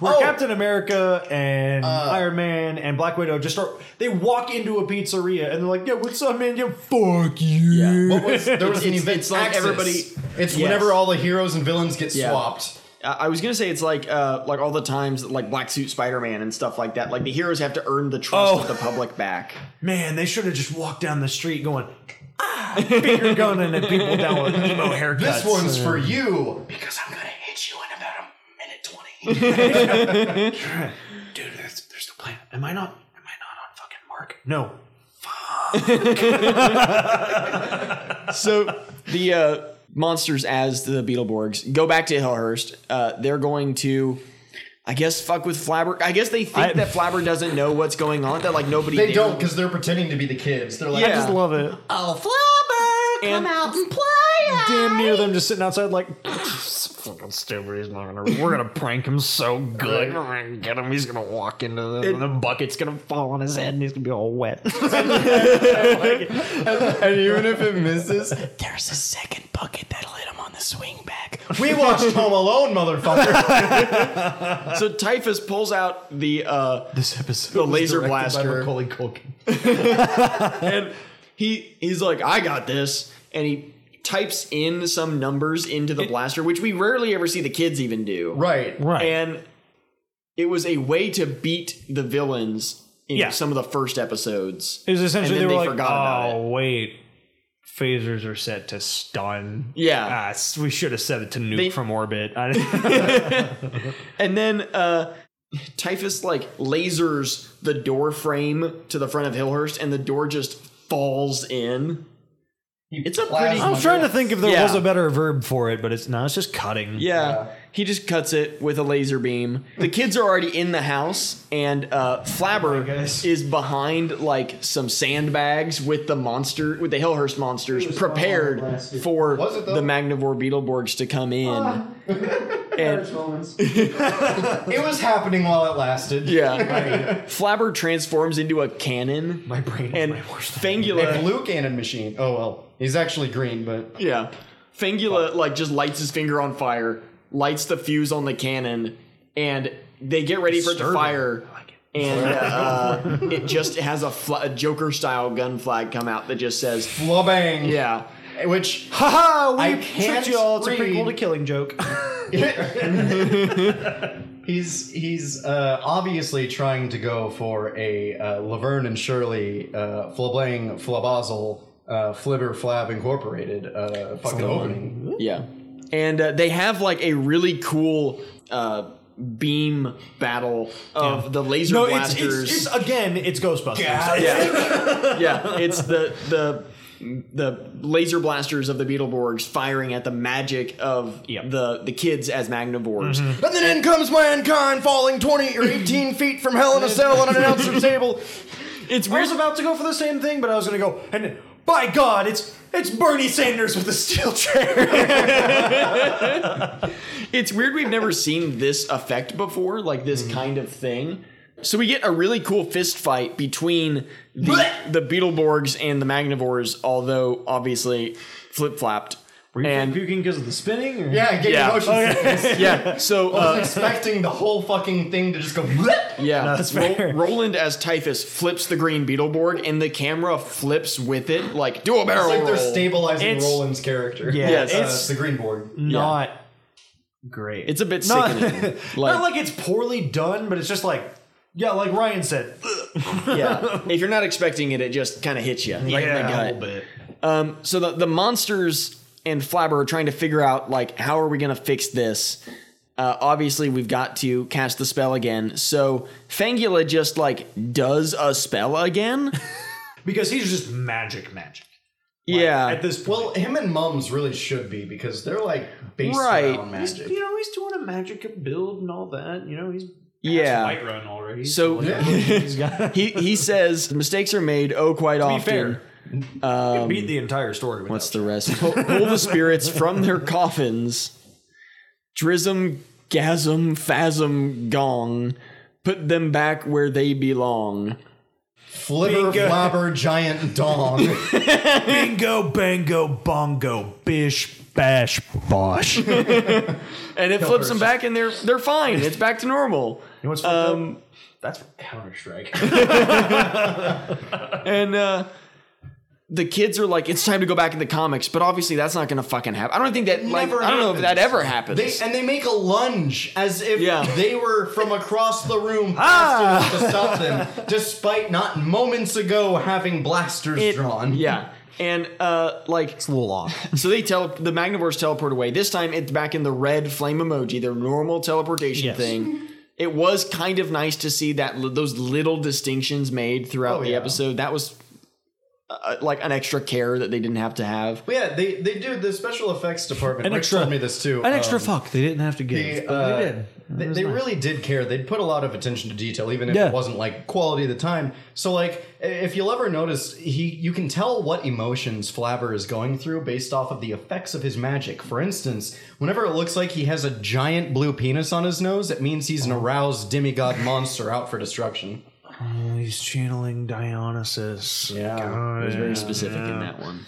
Speaker 4: Oh.
Speaker 3: Captain America and Iron Man and Black Widow just start, they walk into a pizzeria and they're like, yo, what's up, man? Yo, fuck you.
Speaker 4: What was there was an
Speaker 2: It's-
Speaker 4: event?
Speaker 2: it's like
Speaker 4: Axis.
Speaker 2: everybody- Yes.
Speaker 4: It's whenever all the heroes and villains get
Speaker 2: Yeah. I
Speaker 4: swapped.
Speaker 2: I was gonna say it's like uh, like all the times that, like black suit Spider Man and stuff like that. Like the heroes have to earn the trust
Speaker 3: Oh.
Speaker 2: of the public back.
Speaker 3: Man, they should have just walked down the street going, ah, finger gunning at people down with emo haircuts.
Speaker 4: This one's for
Speaker 2: um,
Speaker 4: you.
Speaker 9: Because I'm gonna hit you in about a minute twenty. Dude, there's, there's no plan. Am I not? Am I not on fucking mark?
Speaker 3: No.
Speaker 2: <laughs> so the uh, monsters as the Beetleborgs go back to Hillhurst. Uh, they're going to, I guess, fuck with Flabber. I guess they think
Speaker 6: I-
Speaker 2: that Flabber doesn't know what's going on. That like nobody.
Speaker 4: They
Speaker 2: knew.
Speaker 4: don't because they're pretending to be the kids. They're like,
Speaker 6: I just love it.
Speaker 4: "Oh, Flubber, come
Speaker 2: And-
Speaker 4: out and play."
Speaker 3: Damn near them just sitting outside like,
Speaker 2: <laughs>
Speaker 6: fucking stupid. He's not gonna. We're gonna prank him so good. We're gonna get him. He's gonna walk into the, the bucket's gonna fall on his head, and he's gonna be all wet.
Speaker 4: <laughs> and even if it misses,
Speaker 9: <laughs> There's a second bucket that'll hit him on the swing back.
Speaker 4: we watched Home Alone,
Speaker 2: <laughs>
Speaker 4: motherfucker.
Speaker 2: So Typhus pulls out the uh,
Speaker 3: this episode.
Speaker 2: The
Speaker 3: was
Speaker 2: laser
Speaker 3: directed by
Speaker 2: blaster.
Speaker 3: Macaulay Culkin.
Speaker 2: and he he's like, I got this, and he types in some numbers into the blaster, which we rarely ever see the kids even do.
Speaker 4: right.
Speaker 6: right.
Speaker 2: and it was a way to beat the villains in
Speaker 6: Yeah.
Speaker 2: some of the first episodes.
Speaker 6: it was essentially
Speaker 2: and then
Speaker 6: they were
Speaker 2: they
Speaker 6: like,
Speaker 2: forgot about
Speaker 6: oh wait, phasers are set to stun.
Speaker 2: Yeah,
Speaker 6: Ah, s- we should have set it to nuke
Speaker 2: They-
Speaker 6: from orbit. <laughs> I- "Oh."
Speaker 2: and then uh, Typhus like lasers the door frame to the front of Hillhurst, and the door just falls in. It's a pretty.
Speaker 3: I'm trying to think if there
Speaker 2: Yeah.
Speaker 3: was a better verb for it, but it's no, it's just cutting.
Speaker 2: Yeah. He just cuts it with a laser beam. The kids are already in the house, and uh, Flabber is behind like some sandbags with the monster, with the Hillhurst monsters, prepared for
Speaker 4: Was it, though? Ah.
Speaker 2: the Magnivore Beetleborgs to come in. and
Speaker 4: It was happening while it lasted.
Speaker 2: yeah, Flabber transforms into a cannon,
Speaker 3: My brain
Speaker 2: and
Speaker 3: my worst.
Speaker 4: A
Speaker 2: Fangula,
Speaker 4: blue cannon machine. Oh well, he's actually green, but
Speaker 2: yeah, Fangula like just lights his finger on fire, lights the fuse on the cannon, and they get ready for it to fire. and uh, it
Speaker 3: <laughs>
Speaker 2: just has a, fl- a Joker style gun flag come out that just
Speaker 3: <laughs>
Speaker 2: says,
Speaker 4: bang.
Speaker 2: "Yeah,
Speaker 4: Which
Speaker 3: Haha,
Speaker 4: I
Speaker 3: we
Speaker 4: can't
Speaker 3: tricked you all. It's a
Speaker 4: read.
Speaker 3: prequel <laughs> to Killing Joke.
Speaker 4: he's he's uh, obviously trying to go for a uh, Laverne and Shirley uh, flabang flabazzle uh, flibber flab incorporated uh, fucking opening.
Speaker 2: yeah." And uh, they have like a really cool uh, beam battle of the laser
Speaker 3: no, it's,
Speaker 2: blasters.
Speaker 3: it's, it's again, it's Ghostbusters.
Speaker 2: yeah, it's the the the laser blasters of the Beetleborgs firing at the magic of
Speaker 6: Yep.
Speaker 2: the the kids as Magnivores.
Speaker 3: Mm-hmm.
Speaker 4: And then in comes mankind falling twenty or
Speaker 3: <laughs>
Speaker 4: eighteen feet from hell in a cell on an announcer's table.
Speaker 2: It's
Speaker 3: I
Speaker 2: weird.
Speaker 3: was about to go for the same thing, but I was going to go and by God, it's it's Bernie Sanders with a steel chair.
Speaker 2: It's weird we've never seen this effect before, like this kind of thing. So we get a really cool fist fight between the, the Beetleborgs and the Magnivores, although obviously flip flopped.
Speaker 3: <laughs>
Speaker 2: And
Speaker 3: puking because of the spinning. Or?
Speaker 4: Yeah, get
Speaker 2: Yeah.
Speaker 4: your motion sickness.
Speaker 2: yeah, so
Speaker 4: I was
Speaker 2: uh,
Speaker 4: <laughs> expecting the whole fucking thing to just go. <laughs> blip.
Speaker 2: yeah,
Speaker 3: that's
Speaker 2: Ro-
Speaker 3: fair.
Speaker 2: Roland as Typhus flips the green Beetleborg, and the camera flips with it like do a
Speaker 4: It's
Speaker 2: barrel
Speaker 4: like they're
Speaker 2: roll.
Speaker 4: stabilizing
Speaker 3: It's-
Speaker 4: Roland's character.
Speaker 3: Yeah,
Speaker 2: Yes.
Speaker 4: Uh,
Speaker 3: it's
Speaker 4: the green board.
Speaker 3: not great.
Speaker 2: It's a bit
Speaker 3: not,
Speaker 2: sickening.
Speaker 3: <laughs> not like it's poorly done, but it's just like yeah, like Ryan said,
Speaker 2: yeah, <laughs> if you're not expecting it, it just kind of hits you right in the
Speaker 3: yeah,
Speaker 2: gut.
Speaker 3: a little bit.
Speaker 2: Um, so the, the monsters and Flabber are trying to figure out like how are we gonna fix this. Uh, obviously, we've got to cast the spell again. So Fangula just like does a spell
Speaker 3: <laughs>
Speaker 2: again.
Speaker 3: because he's just magic, magic.
Speaker 2: yeah,
Speaker 3: At this point,
Speaker 4: Well, him and Mums really should be because they're like based
Speaker 2: Right.
Speaker 4: around magic.
Speaker 6: you know, he's doing a magic build and all that. You know, he's
Speaker 2: yeah.
Speaker 9: White Run already.
Speaker 2: So he he says mistakes are made. Oh, quite often.
Speaker 3: fair.
Speaker 8: um,
Speaker 3: beat the entire story.
Speaker 2: What's the rest? Pull, pull the spirits from their coffins. Drism, gasm, phasm, gong. Put them back where they belong.
Speaker 4: Flipper flabber giant
Speaker 3: <laughs>
Speaker 4: dong.
Speaker 8: Bingo, bango, bongo, bish, bash, <laughs> bosh.
Speaker 2: And it flips them back, and they're they're fine. It's back to normal.
Speaker 3: um,
Speaker 4: Counter
Speaker 8: <laughs>
Speaker 4: Strike.
Speaker 2: And uh, the kids are like, it's time to go back in the comics. But obviously, that's not going to fucking happen. I don't think that like
Speaker 4: Never
Speaker 2: I don't know if that
Speaker 4: happens.
Speaker 2: ever happens.
Speaker 4: They, and they make a lunge as if
Speaker 2: Yeah.
Speaker 4: they were from across the room ah! to stop them, despite not moments ago having blasters
Speaker 2: It-
Speaker 4: drawn.
Speaker 2: Yeah. And uh like it's a little off. so they tell the Magnivores teleport away. This time it's back in the red flame emoji, their normal teleportation
Speaker 8: Yes.
Speaker 2: thing. It was kind of nice to see that li- those little distinctions made throughout the
Speaker 4: Oh, yeah.
Speaker 2: episode. That was uh, like an extra care that they didn't have to have.
Speaker 4: But yeah, they they do the special effects department. Rick
Speaker 8: extra-
Speaker 4: told me this too.
Speaker 8: An extra
Speaker 4: um,
Speaker 8: fuck they didn't have to give.
Speaker 4: the,
Speaker 8: but
Speaker 4: uh,
Speaker 8: they did.
Speaker 4: They, they really did care. They'd put a lot of attention to detail, even if
Speaker 8: Yeah.
Speaker 4: it wasn't like quality at the time. So, like, i- if you'll ever notice, he you can tell what emotions Flabber is going through based off of the effects of his magic. For instance, whenever it looks like he has a giant blue penis on his nose, it means he's an aroused demigod monster out for destruction.
Speaker 3: uh,
Speaker 6: He's channeling Dionysus.
Speaker 4: Yeah,
Speaker 2: It was very specific in that
Speaker 4: <laughs>
Speaker 2: one.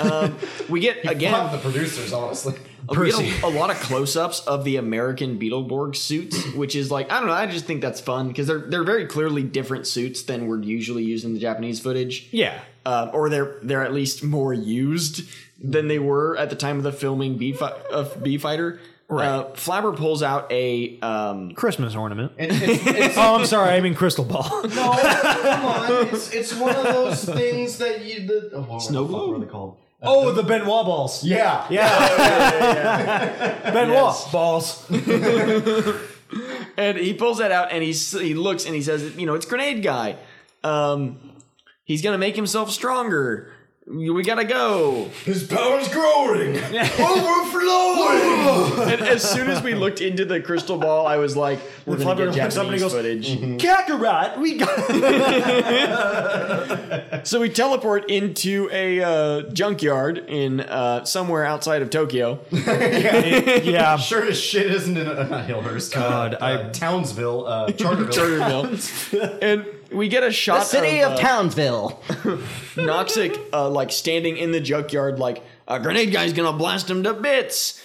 Speaker 2: um, we get
Speaker 4: Fuck
Speaker 2: again
Speaker 4: the producers, honestly.
Speaker 2: we get a, a lot of close-ups of the American Beetleborg suits, which is like I don't know. I just think that's fun because they're they're very clearly different suits than we're usually using the Japanese footage.
Speaker 8: yeah.
Speaker 2: uh, or they're they're at least more used than they were at the time of the filming B fi- of B Fighter. Right. Uh, Flabber pulls out a um,
Speaker 8: Christmas ornament.
Speaker 4: And it's, it's,
Speaker 8: oh, I'm sorry. I mean crystal ball. <laughs>
Speaker 4: no, come on. It's, it's one of those things that you. The, oh, what the
Speaker 2: Snow
Speaker 4: fuck
Speaker 2: globe?
Speaker 4: were they called?
Speaker 8: oh, the Benoit balls.
Speaker 4: Yeah, yeah.
Speaker 8: <laughs> Benoit balls.
Speaker 2: and he pulls that out and he s- he looks and he says, you know, it's Grenade Guy. Um, he's gonna make himself stronger. We gotta go.
Speaker 4: His power's <laughs> growing, overflowing.
Speaker 2: And as soon as we looked into the crystal ball, I was like, "We're gonna get Japanese footage."
Speaker 8: Kakarot. We got.
Speaker 2: <laughs> So we teleport into a uh, junkyard in uh, somewhere outside of Tokyo.
Speaker 8: <laughs> yeah.
Speaker 4: <laughs> Sure as shit isn't <laughs> in uh, not Hillhurst. God, uh,
Speaker 8: I-
Speaker 4: Townsville,
Speaker 8: <laughs>
Speaker 4: uh, Charterville. <laughs>
Speaker 2: Charterville. and we get a shot of, uh,
Speaker 5: Townsville.
Speaker 2: Noxic uh, like standing in the junkyard like a grenade guy's gonna blast him to bits.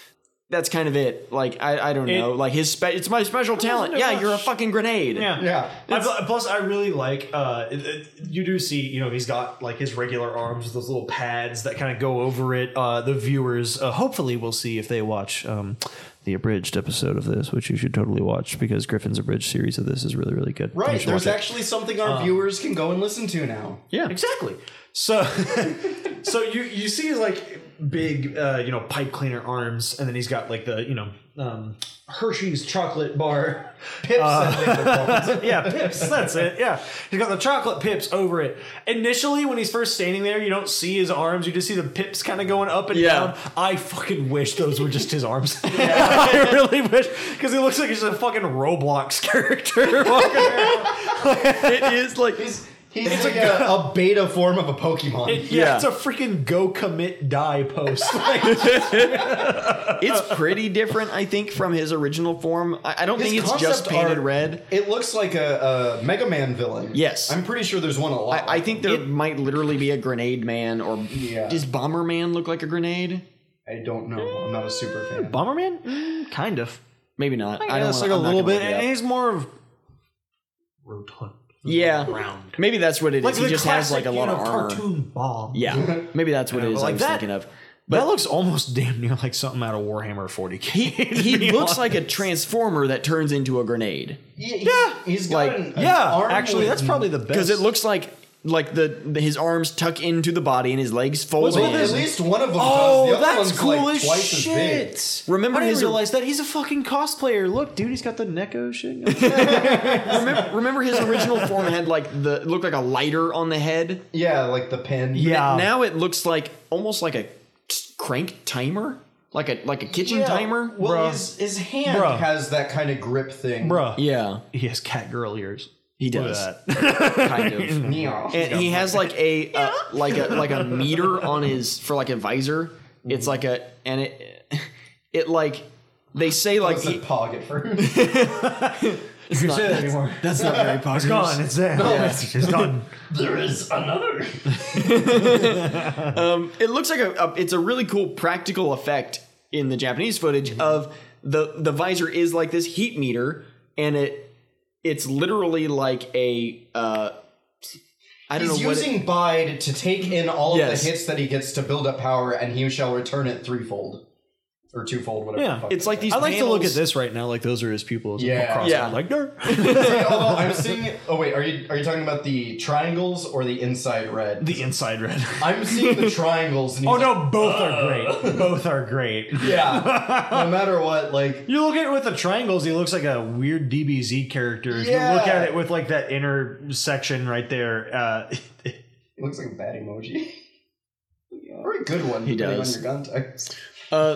Speaker 2: That's kind of it. Like I, I don't know. Like his spe- it's my special talent. Yeah, you're a fucking grenade. <laughs>
Speaker 3: Yeah.
Speaker 4: Yeah.
Speaker 3: I, pl- plus, I really like. Uh, it- it- you do see, you know, he's got like his regular arms with those little pads that kind of go over it. Uh, the viewers, uh,
Speaker 8: Hopefully, we'll see if they watch um, the abridged episode of this, which you should totally watch because Griffin's abridged series of this is really, really good. You
Speaker 4: Right,
Speaker 8: should
Speaker 4: there's
Speaker 8: watch it.
Speaker 4: actually something our
Speaker 8: Um,
Speaker 4: viewers can go and listen to now.
Speaker 3: yeah, exactly. So, <laughs> so you you see his like big, uh, you know, pipe cleaner arms, and then he's got like the you know um, Hershey's chocolate bar.
Speaker 4: Pips,
Speaker 8: Uh,
Speaker 4: I think they're called.
Speaker 3: yeah, pips. That's it. Yeah, he's got the chocolate pips over it. Initially, when he's first standing there, you don't see his arms. You just see the pips kind of going up and
Speaker 2: Yeah.
Speaker 3: down. I fucking wish those were just his arms. <laughs> I really wish because he looks like he's a fucking Roblox <laughs> character. walking around.
Speaker 2: It is like
Speaker 8: <laughs>
Speaker 4: He's, he's like a, a beta form of a Pokemon.
Speaker 3: yeah, it's a freaking go commit die post. <laughs> Like,
Speaker 2: it's pretty different, I think, from his original form. I, I don't
Speaker 4: His
Speaker 2: think it's just
Speaker 4: concept
Speaker 2: painted
Speaker 4: art-
Speaker 2: red.
Speaker 4: it looks like a, a Mega Man villain.
Speaker 2: Yes.
Speaker 4: I'm pretty sure there's one a lot.
Speaker 2: I, I think there might literally be a grenade man or
Speaker 4: Yeah.
Speaker 2: does Bomberman look like a grenade?
Speaker 4: I don't know. I'm not a super fan.
Speaker 8: Bomberman, Mm, kind of.
Speaker 2: Maybe not. I,
Speaker 8: Yeah,
Speaker 2: don't
Speaker 8: it's
Speaker 2: wanna-
Speaker 8: like a
Speaker 2: I'm not
Speaker 8: little
Speaker 2: gonna
Speaker 8: bit.
Speaker 2: look it up.
Speaker 8: And he's more of
Speaker 6: Rotund.
Speaker 2: Yeah.
Speaker 6: Round.
Speaker 2: Maybe that's what it is.
Speaker 3: like
Speaker 2: he
Speaker 3: the
Speaker 2: just has like a
Speaker 3: classic,
Speaker 2: lot
Speaker 3: you
Speaker 2: of
Speaker 3: know,
Speaker 2: armor.
Speaker 3: Cartoon bomb. <laughs>
Speaker 2: Yeah, maybe that's what it
Speaker 8: but
Speaker 2: is. I
Speaker 8: like
Speaker 2: was
Speaker 8: that-
Speaker 2: thinking of.
Speaker 8: that looks almost damn near like something out of Warhammer 40k.
Speaker 3: <laughs>
Speaker 2: He looks like a transformer that turns into a grenade
Speaker 4: Yeah, he's- he's got
Speaker 2: like-
Speaker 4: an, an
Speaker 8: yeah.
Speaker 4: arm
Speaker 8: Actually,
Speaker 4: with-
Speaker 8: that's probably the best
Speaker 2: because it looks like like the, the- his arms tuck into the body and his legs fold.
Speaker 4: Well,
Speaker 2: in.
Speaker 4: at least one of them
Speaker 8: Oh,
Speaker 4: does. The other
Speaker 8: that's
Speaker 4: one's
Speaker 8: cool
Speaker 4: like
Speaker 8: as
Speaker 4: twice as
Speaker 8: shit.
Speaker 4: big.
Speaker 2: Remember
Speaker 8: I didn't
Speaker 2: his-
Speaker 8: realize that he's a fucking cosplayer. Look, dude, he's got the Neko
Speaker 3: <laughs>
Speaker 8: shit.
Speaker 2: remember, remember his original form had like the it looked like a lighter on the head.
Speaker 4: Yeah, like the pen.
Speaker 3: Oh.
Speaker 8: Yeah.
Speaker 2: now it looks like almost like a crank timer. like a like a kitchen timer.
Speaker 4: Well, his his hand
Speaker 3: Bruh.
Speaker 4: has that kind of grip thing.
Speaker 3: Bruh.
Speaker 2: Yeah,
Speaker 3: He has cat girl ears.
Speaker 2: he
Speaker 3: Look
Speaker 2: does
Speaker 3: at that.
Speaker 2: kind of.
Speaker 4: Yeah.
Speaker 2: And he has like a uh, like a like a meter on his for like a visor.
Speaker 3: Mm-hmm.
Speaker 2: It's like a and it <laughs> it like they say like
Speaker 4: It's a
Speaker 2: he,
Speaker 4: pog at
Speaker 2: <laughs>
Speaker 4: first.
Speaker 2: it's not, that's,
Speaker 8: <laughs>
Speaker 2: that's not very
Speaker 3: It's
Speaker 2: positive.
Speaker 3: gone. It's there. It's <laughs> gone.
Speaker 9: There is another.
Speaker 2: It looks like a, a it's a really cool practical effect in the Japanese
Speaker 3: Mm-hmm.
Speaker 2: footage of the the visor is like this heat meter and it it's literally like a uh I don't
Speaker 4: He's
Speaker 2: know what it-
Speaker 4: using Bide to take in all of
Speaker 2: Yes.
Speaker 4: the hits that he gets to build up power, and he shall return it threefold. Or twofold, whatever.
Speaker 3: Yeah.
Speaker 4: the fuck
Speaker 2: it's like these
Speaker 3: I like to look at
Speaker 2: panels-
Speaker 3: this right now. Like those are his pupils.
Speaker 4: Yeah.
Speaker 3: Across
Speaker 2: Yeah.
Speaker 3: it, Like "Grr."
Speaker 4: Hey, <laughs> although I'm seeing. Oh wait, are you are you talking about the triangles or the inside red?
Speaker 3: the inside red.
Speaker 4: I'm
Speaker 2: <laughs>
Speaker 4: seeing the triangles. And he's
Speaker 3: <laughs> Oh
Speaker 4: like,
Speaker 3: no, both are great. Both are great.
Speaker 2: <laughs>
Speaker 4: Yeah. No matter what, like
Speaker 3: You look at it with the triangles, he looks like a weird DBZ character. If You look
Speaker 4: Yeah.
Speaker 3: at it with like that inner section right there. Uh,
Speaker 4: looks like a
Speaker 2: <laughs>
Speaker 4: bad emoji. Or a good one.
Speaker 2: He
Speaker 4: depending
Speaker 2: does.
Speaker 4: On your context.
Speaker 2: uh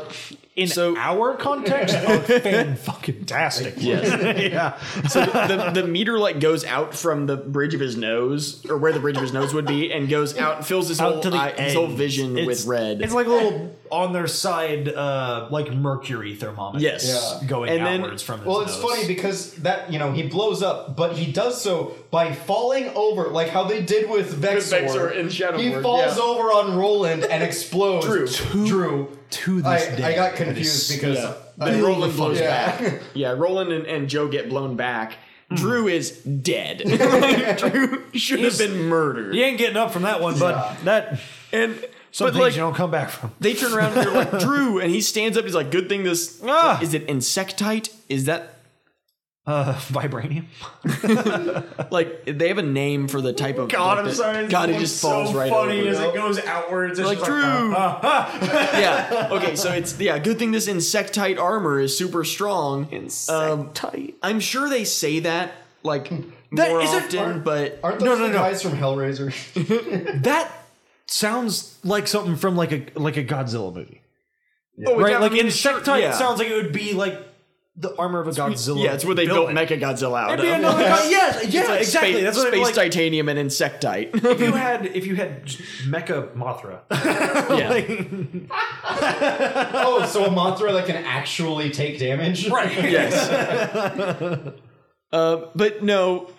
Speaker 3: in
Speaker 2: So-
Speaker 3: our context,
Speaker 4: <laughs>
Speaker 3: oh, fan fucking tastic. <laughs> yeah.
Speaker 2: so the, the, the meter like goes out from the bridge of his nose or where the bridge of his nose would be and goes out and fills his
Speaker 3: Out
Speaker 2: whole
Speaker 3: to the
Speaker 2: eye, his whole
Speaker 3: end.
Speaker 2: vision
Speaker 3: It's-
Speaker 2: with red
Speaker 3: It's like a little on their side, uh, like mercury thermometer.
Speaker 2: Yes.
Speaker 4: Yeah.
Speaker 3: Going
Speaker 2: And then-
Speaker 3: outwards from his
Speaker 4: Well, it's
Speaker 3: nose.
Speaker 4: funny because that you know he blows up, but he does so by falling over, like how they did with Vexor.
Speaker 2: Vexor in Shadow
Speaker 4: he
Speaker 2: Lord,
Speaker 4: falls
Speaker 2: yeah.
Speaker 4: over on Roland
Speaker 2: <laughs>
Speaker 4: and explodes.
Speaker 2: Drew.
Speaker 4: Drew.
Speaker 3: to this
Speaker 4: I,
Speaker 3: day.
Speaker 4: I got confused because I-
Speaker 2: Then Roland blows
Speaker 4: yeah.
Speaker 2: back. Yeah, Roland and, and Joe get blown back.
Speaker 3: Hmm.
Speaker 2: Drew is
Speaker 3: <laughs>
Speaker 2: dead. Drew should have been murdered.
Speaker 3: You ain't getting up from that one, but that
Speaker 2: And
Speaker 3: some
Speaker 2: but
Speaker 3: things
Speaker 2: like
Speaker 3: you don't come back from.
Speaker 2: they turn around and they're like Drew, and he stands up. He's like, "Good thing this
Speaker 3: Ah.
Speaker 2: is it insectite? Is that
Speaker 3: Uh, vibranium.
Speaker 2: like they have a name for the type of like,
Speaker 3: God, I'm
Speaker 2: the-
Speaker 3: sorry.
Speaker 2: God, it
Speaker 3: It's
Speaker 2: just falls
Speaker 3: so
Speaker 2: right
Speaker 3: funny
Speaker 2: over.
Speaker 3: as it goes outwards. It's
Speaker 2: Like,
Speaker 3: just
Speaker 2: Drew.
Speaker 3: uh, uh, uh.
Speaker 2: yeah. Okay, so it's yeah. Good thing this insectite armor is super strong. Insectite. I'm sure they say that like more
Speaker 3: isn't-
Speaker 2: often,
Speaker 3: aren't-
Speaker 2: but
Speaker 4: <laughs> Aren't
Speaker 3: No,
Speaker 4: those
Speaker 3: no,
Speaker 4: the
Speaker 3: no.
Speaker 4: guys from Hellraiser?
Speaker 3: <laughs> That sounds like something from like a like a Godzilla movie,
Speaker 2: Oh,
Speaker 3: right?
Speaker 2: yeah,
Speaker 3: Like
Speaker 2: I mean, sure,
Speaker 3: insectite sounds like it would be like the armor of a Godzilla.
Speaker 2: Yeah, it's where they built
Speaker 3: villain.
Speaker 2: Mecha Godzilla out of.
Speaker 3: It'd be
Speaker 2: <laughs>
Speaker 3: another God- yeah, yeah,
Speaker 2: It's like
Speaker 3: exactly.
Speaker 2: Space,
Speaker 3: That's what
Speaker 2: space
Speaker 3: space like,
Speaker 2: titanium and insectite.
Speaker 3: If <laughs> you had if you had Mecha Mothra, <laughs>
Speaker 2: yeah.
Speaker 4: oh, so a Mothra that can actually take damage? <laughs> Right.
Speaker 3: <laughs>
Speaker 2: yes. uh, but no,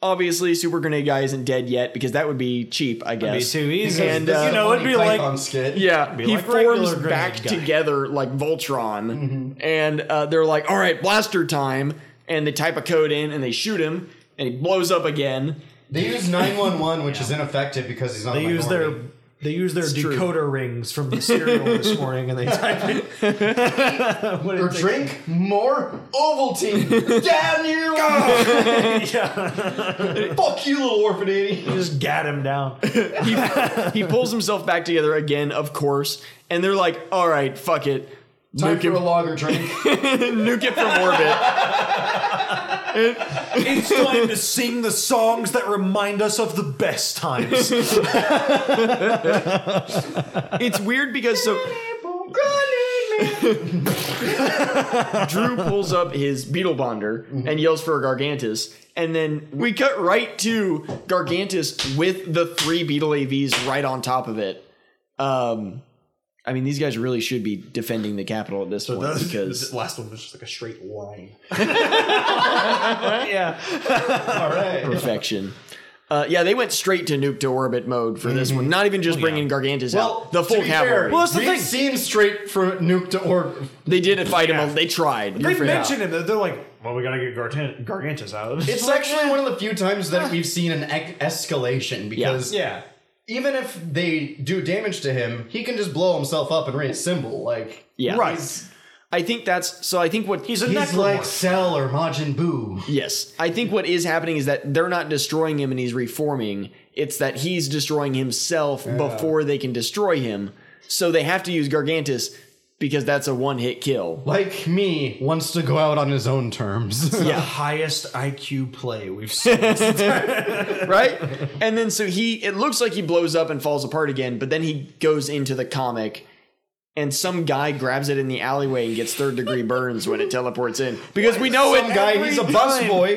Speaker 2: obviously, Super Grenade Guy isn't dead yet because that would be cheap, I guess.
Speaker 3: easy.
Speaker 2: And, uh,
Speaker 3: you know, it'd be like
Speaker 4: Python skit.
Speaker 2: Yeah, he
Speaker 3: like regular
Speaker 2: forms
Speaker 3: Grenade
Speaker 2: back
Speaker 3: Guy. Mm-hmm.
Speaker 2: together like Voltron, and uh, they're like, "All right, blaster time!" And they type a code in, and they shoot him, and he blows up again.
Speaker 4: They use 911, which is ineffective because he's not.
Speaker 3: they use their they use their
Speaker 2: true.
Speaker 3: decoder rings from the cereal this morning, and they type it. What
Speaker 4: Or
Speaker 3: did they-
Speaker 4: drink more
Speaker 2: <laughs>
Speaker 4: Ovaltine. Damn you!
Speaker 3: <laughs>
Speaker 4: Fuck you, little orphan idiot.
Speaker 3: just gat him down.
Speaker 2: he, <laughs> he pulls himself back together again, of course, and they're like, "All right, fuck it,
Speaker 4: Time
Speaker 2: nuke
Speaker 4: for
Speaker 2: him,
Speaker 4: a lager
Speaker 2: <laughs>
Speaker 4: drink.
Speaker 2: nuke it from
Speaker 3: <laughs>
Speaker 2: orbit."
Speaker 3: It's time to sing the songs that remind us of the
Speaker 2: <laughs>
Speaker 3: best times.
Speaker 2: It's weird because so. Drew pulls up his Beetle Bonder
Speaker 3: Mm-hmm.
Speaker 2: and yells for a Gargantus, and then we cut right to Gargantus with the three Beetle AVs right on top of it. Um, I mean, these guys really should be defending the capital at this point
Speaker 3: <laughs>
Speaker 2: because
Speaker 3: last one was just like a straight line.
Speaker 4: All right.
Speaker 2: perfection. Uh, yeah, they went straight to nuke to orbit mode for this
Speaker 3: Mm-hmm.
Speaker 2: one. Not even
Speaker 3: Oh,
Speaker 2: just bringing Gargantus
Speaker 4: Well,
Speaker 2: out. The full
Speaker 4: to be fair,
Speaker 2: cavalry.
Speaker 3: Well, that's the
Speaker 4: we've
Speaker 3: thing.
Speaker 4: seen straight from nuke to orb.
Speaker 2: they did fight him. They tried.
Speaker 3: They
Speaker 2: You're fair.
Speaker 3: mentioned him. They're- They're like, well, we gotta get Gargan- Gargantus out of this.
Speaker 4: It's actually one of the few times that we've seen an ec- escalation because
Speaker 3: Ah. yeah.
Speaker 4: even if they do damage to him, he can just blow himself up and reassemble. Like
Speaker 2: Yeah.
Speaker 3: Right.
Speaker 2: I think that's so. I think what
Speaker 3: He's a
Speaker 4: he's
Speaker 3: necromorph.
Speaker 4: like Cell or Majin Buu.
Speaker 2: Yes. I think what is happening is that they're not destroying him and he's reforming. It's that he's destroying himself before they can destroy him. So they have to use Gargantus because that's a one hit
Speaker 4: <laughs>
Speaker 2: kill.
Speaker 4: Like me, wants to go out on his own terms. <laughs>
Speaker 3: the highest IQ play
Speaker 2: <laughs>
Speaker 3: we've seen.
Speaker 2: Right? and then so he, it looks like he blows up and falls apart again, but then he goes into the comic and some guy grabs it in the alleyway and gets third degree burns when it teleports in because we know
Speaker 4: Some
Speaker 2: it.
Speaker 4: guy, he's a busboy.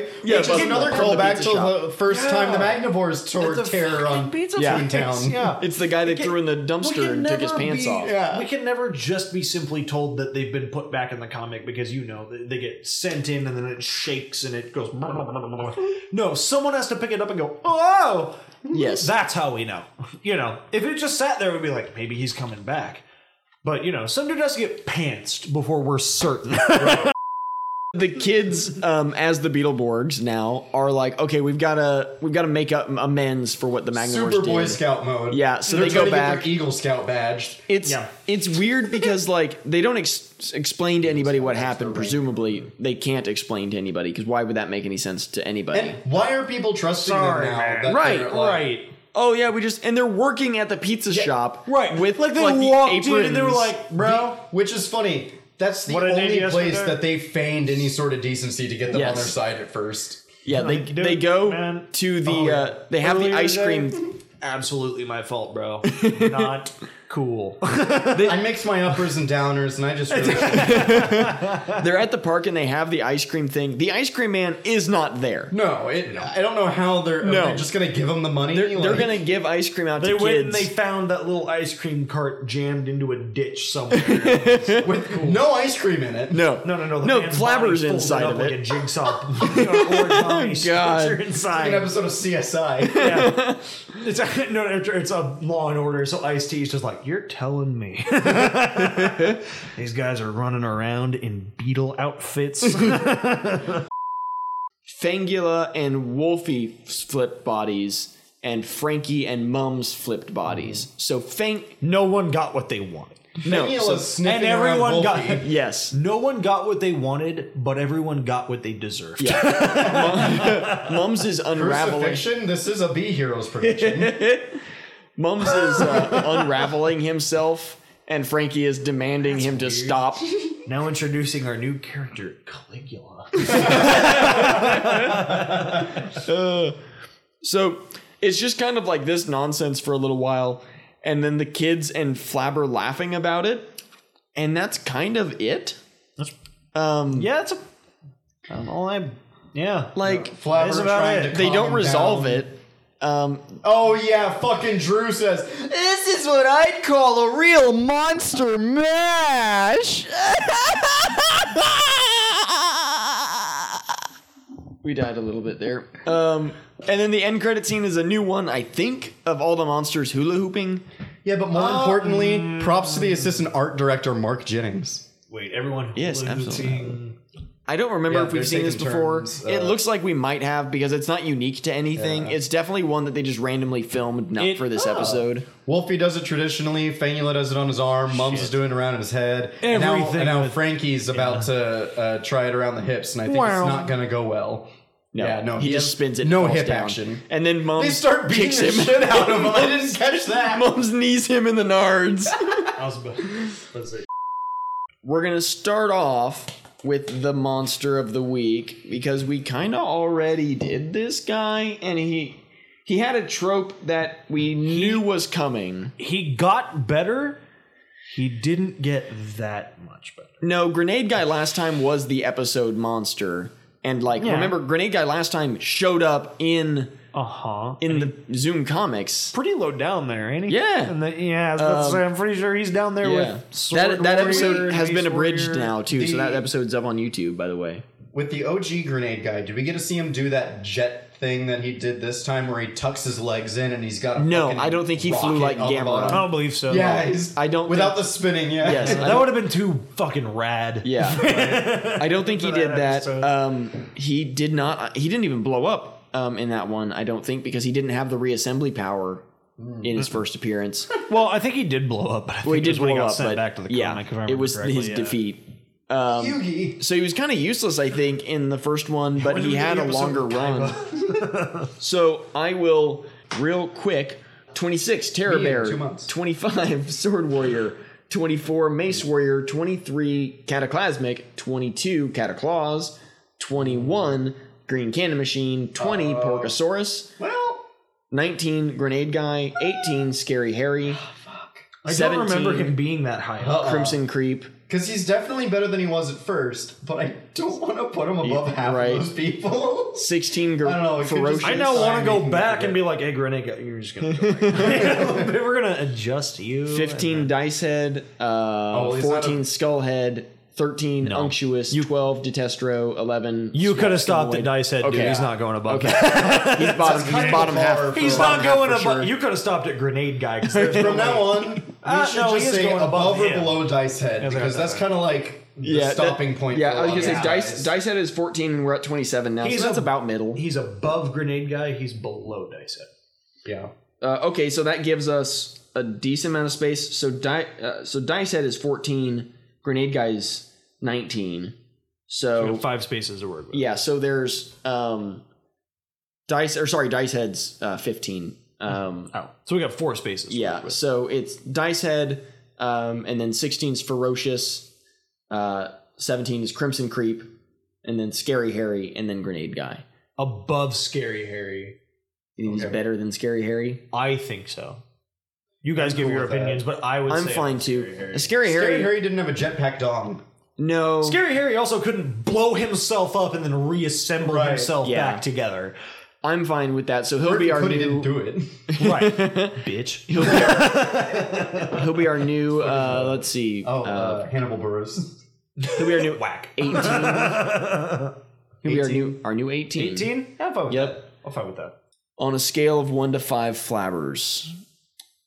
Speaker 2: Yeah,
Speaker 4: Yeah, which
Speaker 2: busboy.
Speaker 4: is another
Speaker 2: From the
Speaker 4: callback
Speaker 2: pizza
Speaker 4: to
Speaker 2: shop.
Speaker 4: the first time the Magnivores toured terror on
Speaker 3: pizza
Speaker 2: Yeah.
Speaker 4: Toon Town.
Speaker 3: Yeah.
Speaker 2: It's the guy that threw in the
Speaker 3: We
Speaker 2: dumpster
Speaker 3: can
Speaker 2: and took his
Speaker 3: never
Speaker 2: pants
Speaker 3: be-
Speaker 2: off.
Speaker 4: Yeah.
Speaker 3: We can never just be simply told that they've been put back in the comic because you know they they get sent in and then it shakes and it goes. <laughs> No, someone has to pick it up and go. Oh,
Speaker 2: Yes.
Speaker 3: that's how we know. You know, if it just sat there, we'd be like, maybe he's coming back. But you know, some dude has to get pantsed before
Speaker 2: <laughs>
Speaker 3: we're certain.
Speaker 2: the kids um, as the Beetleborgs now are like, okay, we've got to we've got to make up amends for what the Magnivores
Speaker 4: Super
Speaker 2: did.
Speaker 4: Boy Scout mode.
Speaker 2: Yeah, so
Speaker 4: They're
Speaker 2: they go
Speaker 4: trying to get
Speaker 2: back.
Speaker 4: their Eagle Scout badged.
Speaker 2: It's
Speaker 3: Yeah.
Speaker 2: it's weird because like they don't ex- explain to anybody what happened. Presumably, they can't explain to anybody because why would that make any sense to anybody?
Speaker 4: And why are people trusting them now? that
Speaker 2: Right,
Speaker 4: they're, like-
Speaker 3: right.
Speaker 2: oh yeah, we just and they're working at the pizza shop,
Speaker 3: Right.
Speaker 2: With
Speaker 3: like they
Speaker 2: the
Speaker 3: walked in and they were
Speaker 2: aprons.
Speaker 3: like,
Speaker 4: bro. Which is funny. That's the
Speaker 3: What did they do
Speaker 4: only
Speaker 3: yesterday?
Speaker 4: place that they feigned any sort of decency to get them
Speaker 2: Yes.
Speaker 4: on their side at first.
Speaker 2: yeah, they
Speaker 3: Like, dude,
Speaker 2: they go
Speaker 3: man. Oh,
Speaker 2: to the uh, they have the
Speaker 3: Earlier
Speaker 2: ice
Speaker 3: today-
Speaker 2: cream.
Speaker 3: absolutely my fault,
Speaker 2: <laughs>
Speaker 3: bro. Not cool.
Speaker 4: I mix my uppers and downers, and I just
Speaker 2: <laughs>
Speaker 4: really
Speaker 2: They're at the park and they have the ice cream thing. The ice cream man is not there.
Speaker 4: no. It, I don't know how they're.
Speaker 2: No.
Speaker 4: No. They're just gonna give them the money.
Speaker 2: They're, they're gonna give ice cream out
Speaker 3: They
Speaker 2: to
Speaker 3: went
Speaker 2: kids.
Speaker 3: and they found that little ice cream cart jammed into a ditch somewhere.
Speaker 2: <laughs>
Speaker 4: with no ice cream in it.
Speaker 2: no,
Speaker 3: no, no, no. The
Speaker 2: no.
Speaker 3: man's
Speaker 2: Flabber's
Speaker 3: body
Speaker 2: inside
Speaker 3: folded up
Speaker 2: of
Speaker 3: like
Speaker 2: it.
Speaker 3: a
Speaker 2: <laughs>
Speaker 3: jigsaw <laughs> you know, origami structure
Speaker 4: An
Speaker 3: inside.
Speaker 4: episode of
Speaker 2: <laughs>
Speaker 4: CSI.
Speaker 3: Yeah. <laughs> It's a, no, no, it's a Law and Order. So Ice T is just like, you're telling
Speaker 5: <laughs>
Speaker 3: me these guys are running around in beetle
Speaker 5: <laughs>
Speaker 3: outfits.
Speaker 2: Fangula and Wolfie flipped bodies, and Frankie and Mums flipped
Speaker 3: Mm-hmm.
Speaker 2: bodies. So Fang,
Speaker 3: no one got what they wanted.
Speaker 2: no,
Speaker 4: Neil
Speaker 2: so-
Speaker 4: is sniffing
Speaker 3: and everyone
Speaker 4: around <laughs>
Speaker 3: got-
Speaker 4: Wolfie.
Speaker 2: yes,
Speaker 3: <laughs> No one got what they wanted, but everyone got what they deserved.
Speaker 2: Mums is unraveling.
Speaker 4: crucifixion. This is a B heroes prediction.
Speaker 2: Mums is uh, unraveling himself, and Frankie is demanding him to
Speaker 3: <laughs>
Speaker 2: stop.
Speaker 3: Now introducing our new character, Caligula.
Speaker 5: Mm.
Speaker 2: So it's just kind of like this nonsense for a little while, and then the kids and Flabber laughing about it, and that's kind of it. Um,
Speaker 3: yeah, that's a. Um, all I. Yeah.
Speaker 2: like
Speaker 4: Flabber
Speaker 3: That's about
Speaker 4: trying
Speaker 3: it.
Speaker 4: to
Speaker 2: they don't
Speaker 4: calm
Speaker 2: resolve
Speaker 4: down.
Speaker 2: it. Um,
Speaker 4: Oh yeah, fucking Drew says
Speaker 5: This is what I'd call a real monster mash.
Speaker 2: We died a little bit there. Um, and then the end credit scene is a new one, I think, of all the monsters hula hooping.
Speaker 4: Yeah, but more importantly, props to the assistant art director Mark Jennings.
Speaker 3: Wait, everyone.
Speaker 2: Yes,
Speaker 3: hula-hooping.
Speaker 2: absolutely. I don't remember
Speaker 4: Yeah,
Speaker 2: if we've
Speaker 4: they're
Speaker 2: seen this
Speaker 4: taking
Speaker 2: before.
Speaker 4: turns,
Speaker 2: it
Speaker 4: uh,
Speaker 2: looks like we might have because it's not unique to anything. It's definitely one that they just randomly filmed, not
Speaker 3: It-
Speaker 2: for this episode.
Speaker 4: Wolfie does it traditionally. Fangula does it on his arm. Mums is doing it around his head. And now-
Speaker 3: Everything
Speaker 4: And now,
Speaker 3: with-
Speaker 4: Frankie's about to uh, try it around the hips, and I think
Speaker 3: Wow.
Speaker 4: it's not going to go well.
Speaker 2: No,
Speaker 4: Yeah, no,
Speaker 2: he,
Speaker 4: he
Speaker 2: just
Speaker 4: does
Speaker 2: spins it. and
Speaker 4: no
Speaker 2: falls
Speaker 4: hip
Speaker 2: down.
Speaker 4: action.
Speaker 2: and then mom
Speaker 4: They start beating
Speaker 2: kicks
Speaker 4: the
Speaker 2: him.
Speaker 4: shit out of
Speaker 2: <laughs>
Speaker 4: him. I didn't catch that.
Speaker 2: Mom's knees him in the nards.
Speaker 3: I was about- let's see.
Speaker 2: We're gonna start off with the monster of the week because we kind of already did this guy, and he he had a trope that we knew was coming.
Speaker 3: He got better. He didn't get that much better.
Speaker 2: No, grenade guy last time was the episode monster, and like remember, grenade guy last time showed up in
Speaker 3: Uh huh.
Speaker 2: in the Zoom comics.
Speaker 3: Pretty low down there, ain't he?
Speaker 2: Yeah.
Speaker 3: And the, yeah, I was about to
Speaker 2: Um,
Speaker 3: say, I'm pretty sure he's down there
Speaker 2: Yeah,
Speaker 3: with.
Speaker 2: that
Speaker 3: Sword
Speaker 2: that
Speaker 3: Warrior,
Speaker 2: episode has been
Speaker 3: Beast
Speaker 2: abridged
Speaker 3: Warrior.
Speaker 2: now too, so
Speaker 4: The-
Speaker 2: that episode's up on YouTube, by the way.
Speaker 4: With the OG grenade guy, did we get to see him do that jet thing that he did this time, where he tucks his legs in and he's got a
Speaker 2: No,
Speaker 4: fucking
Speaker 2: I don't think he flew like
Speaker 4: rocket up
Speaker 2: Gamera.
Speaker 4: on
Speaker 3: I
Speaker 4: him.
Speaker 3: don't believe so.
Speaker 4: Yeah, he's,
Speaker 2: I don't
Speaker 4: without
Speaker 2: think-
Speaker 4: the spinning. Yeah, <laughs>
Speaker 2: Yes, I
Speaker 3: That would have been too fucking rad. <laughs>
Speaker 2: Yeah. I don't think he did that.
Speaker 3: episode.
Speaker 2: Um, he did not. He didn't even blow up um, in that one. I don't think because he didn't have the reassembly power
Speaker 3: Hmm.
Speaker 2: in his first
Speaker 3: <laughs>
Speaker 2: appearance.
Speaker 3: Well, I think he did blow up. But I think
Speaker 2: Well, he
Speaker 3: it was
Speaker 2: did
Speaker 3: when
Speaker 2: blow
Speaker 3: he got
Speaker 2: up,
Speaker 3: sent
Speaker 2: but
Speaker 3: back to the
Speaker 2: yeah,
Speaker 3: comic. if I remember
Speaker 2: it was
Speaker 3: correctly,
Speaker 2: his
Speaker 3: yeah.
Speaker 2: defeat. Um,
Speaker 4: Yugi.
Speaker 2: so he was kind of useless, I think, in the first one, but he had a longer run. <laughs> so I will real quick. 26 Terror
Speaker 4: in
Speaker 2: Bear,
Speaker 4: two months.
Speaker 2: 25 <laughs> Sword Warrior, 24 Mace Warrior, 23 Cataclysmic, 22 Cataclaws, 21 Green Cannon Machine, 20
Speaker 4: Uh.
Speaker 2: Porcosaurus,
Speaker 4: Well,
Speaker 2: 19 Grenade Guy, 18 Scary Harry,
Speaker 3: I don't
Speaker 2: 17.
Speaker 3: remember him being that high up.
Speaker 4: Uh-uh.
Speaker 2: Crimson Creep.
Speaker 4: Because he's definitely better than he was at first, but I don't want to put him above half
Speaker 2: right.
Speaker 4: of those people.
Speaker 2: 16 gr-
Speaker 4: I don't know, it could just-
Speaker 2: ferocious.
Speaker 3: I now want to
Speaker 4: Sign
Speaker 3: go
Speaker 4: me.
Speaker 3: back and be like, "Hey, Grenade, you're just <laughs> gonna. Go back." We're gonna adjust you.
Speaker 2: 15 dice head, uh,
Speaker 3: Oh,
Speaker 4: well, he's not
Speaker 2: 14
Speaker 4: a-
Speaker 2: skull head, 13 unctuous, 12 detestro, 11.
Speaker 3: You could have stopped
Speaker 2: Skinloid.
Speaker 3: at dice head, dude.
Speaker 2: Okay.
Speaker 3: He's not going above. <laughs>
Speaker 2: Okay.
Speaker 3: that.
Speaker 2: He's <laughs> bottom, <laughs> he's
Speaker 4: kinda
Speaker 2: bottom
Speaker 4: far
Speaker 2: half.
Speaker 4: for-
Speaker 3: He's
Speaker 2: bottom
Speaker 3: <laughs> not
Speaker 2: half
Speaker 3: going
Speaker 2: for
Speaker 3: above.
Speaker 2: sure.
Speaker 3: You could have stopped at grenade guy. 'cause there's
Speaker 4: <laughs> From
Speaker 3: no
Speaker 4: now
Speaker 3: way.
Speaker 4: on, we
Speaker 3: Uh,
Speaker 4: should
Speaker 3: no, he
Speaker 4: just
Speaker 3: is
Speaker 4: say
Speaker 3: going
Speaker 4: above
Speaker 3: above
Speaker 4: or
Speaker 3: him.
Speaker 4: below dice head
Speaker 3: That's
Speaker 4: because
Speaker 3: right,
Speaker 4: that's
Speaker 3: right,
Speaker 4: kind of like the
Speaker 2: that-
Speaker 4: stopping point.
Speaker 2: Yeah,
Speaker 4: for a
Speaker 2: I was
Speaker 4: lot
Speaker 2: gonna
Speaker 4: of
Speaker 2: say dice.
Speaker 4: guys.
Speaker 2: Dice head is 14, and we're at 27 now.
Speaker 3: He's
Speaker 2: so that's
Speaker 3: a-
Speaker 2: about middle.
Speaker 3: He's above grenade guy. He's below dice head.
Speaker 4: Yeah,
Speaker 2: Uh, okay, so that gives us a decent amount of space. So di- uh, so dice head is 14, grenade guy is 19.
Speaker 3: We
Speaker 2: So
Speaker 3: have Five spaces to work with.
Speaker 2: Oh. yeah, so there's um dice or sorry, dice head's uh, 15. Um
Speaker 3: Oh, so we got four spaces. to work
Speaker 2: yeah,
Speaker 3: with.
Speaker 2: so it's dice head um and then 16's ferocious, uh 17 is crimson creep and then scary harry and then grenade guy.
Speaker 3: above scary Harry.
Speaker 2: You think he's
Speaker 4: Okay.
Speaker 2: better than scary harry?
Speaker 3: I think so. You guys give
Speaker 4: cool
Speaker 3: your
Speaker 4: with that.
Speaker 3: opinions, but I would.
Speaker 2: I'm
Speaker 3: say
Speaker 2: fine too.
Speaker 3: Scary
Speaker 2: Scary
Speaker 3: Harry.
Speaker 2: Harry,
Speaker 4: Scary Harry didn't have a jetpack dong.
Speaker 2: no.
Speaker 3: Scary Harry also couldn't blow himself up and then reassemble
Speaker 4: Right.
Speaker 3: himself
Speaker 2: Yeah.
Speaker 3: back together.
Speaker 2: I'm fine with that. So he'll be our
Speaker 4: Could he didn't
Speaker 2: new <laughs>
Speaker 4: do it.
Speaker 3: Right, bitch. <laughs>
Speaker 2: he'll be our new uh let's see.
Speaker 4: Oh,
Speaker 2: uh,
Speaker 4: uh, Hannibal Burrows.
Speaker 2: he'll be our new
Speaker 3: Whack. <laughs>
Speaker 2: 18. He'll be our new our new 18.
Speaker 3: 18? I'm fine with
Speaker 2: Yep.
Speaker 3: that. I'm fine with that.
Speaker 2: on a scale of one to five flabbers.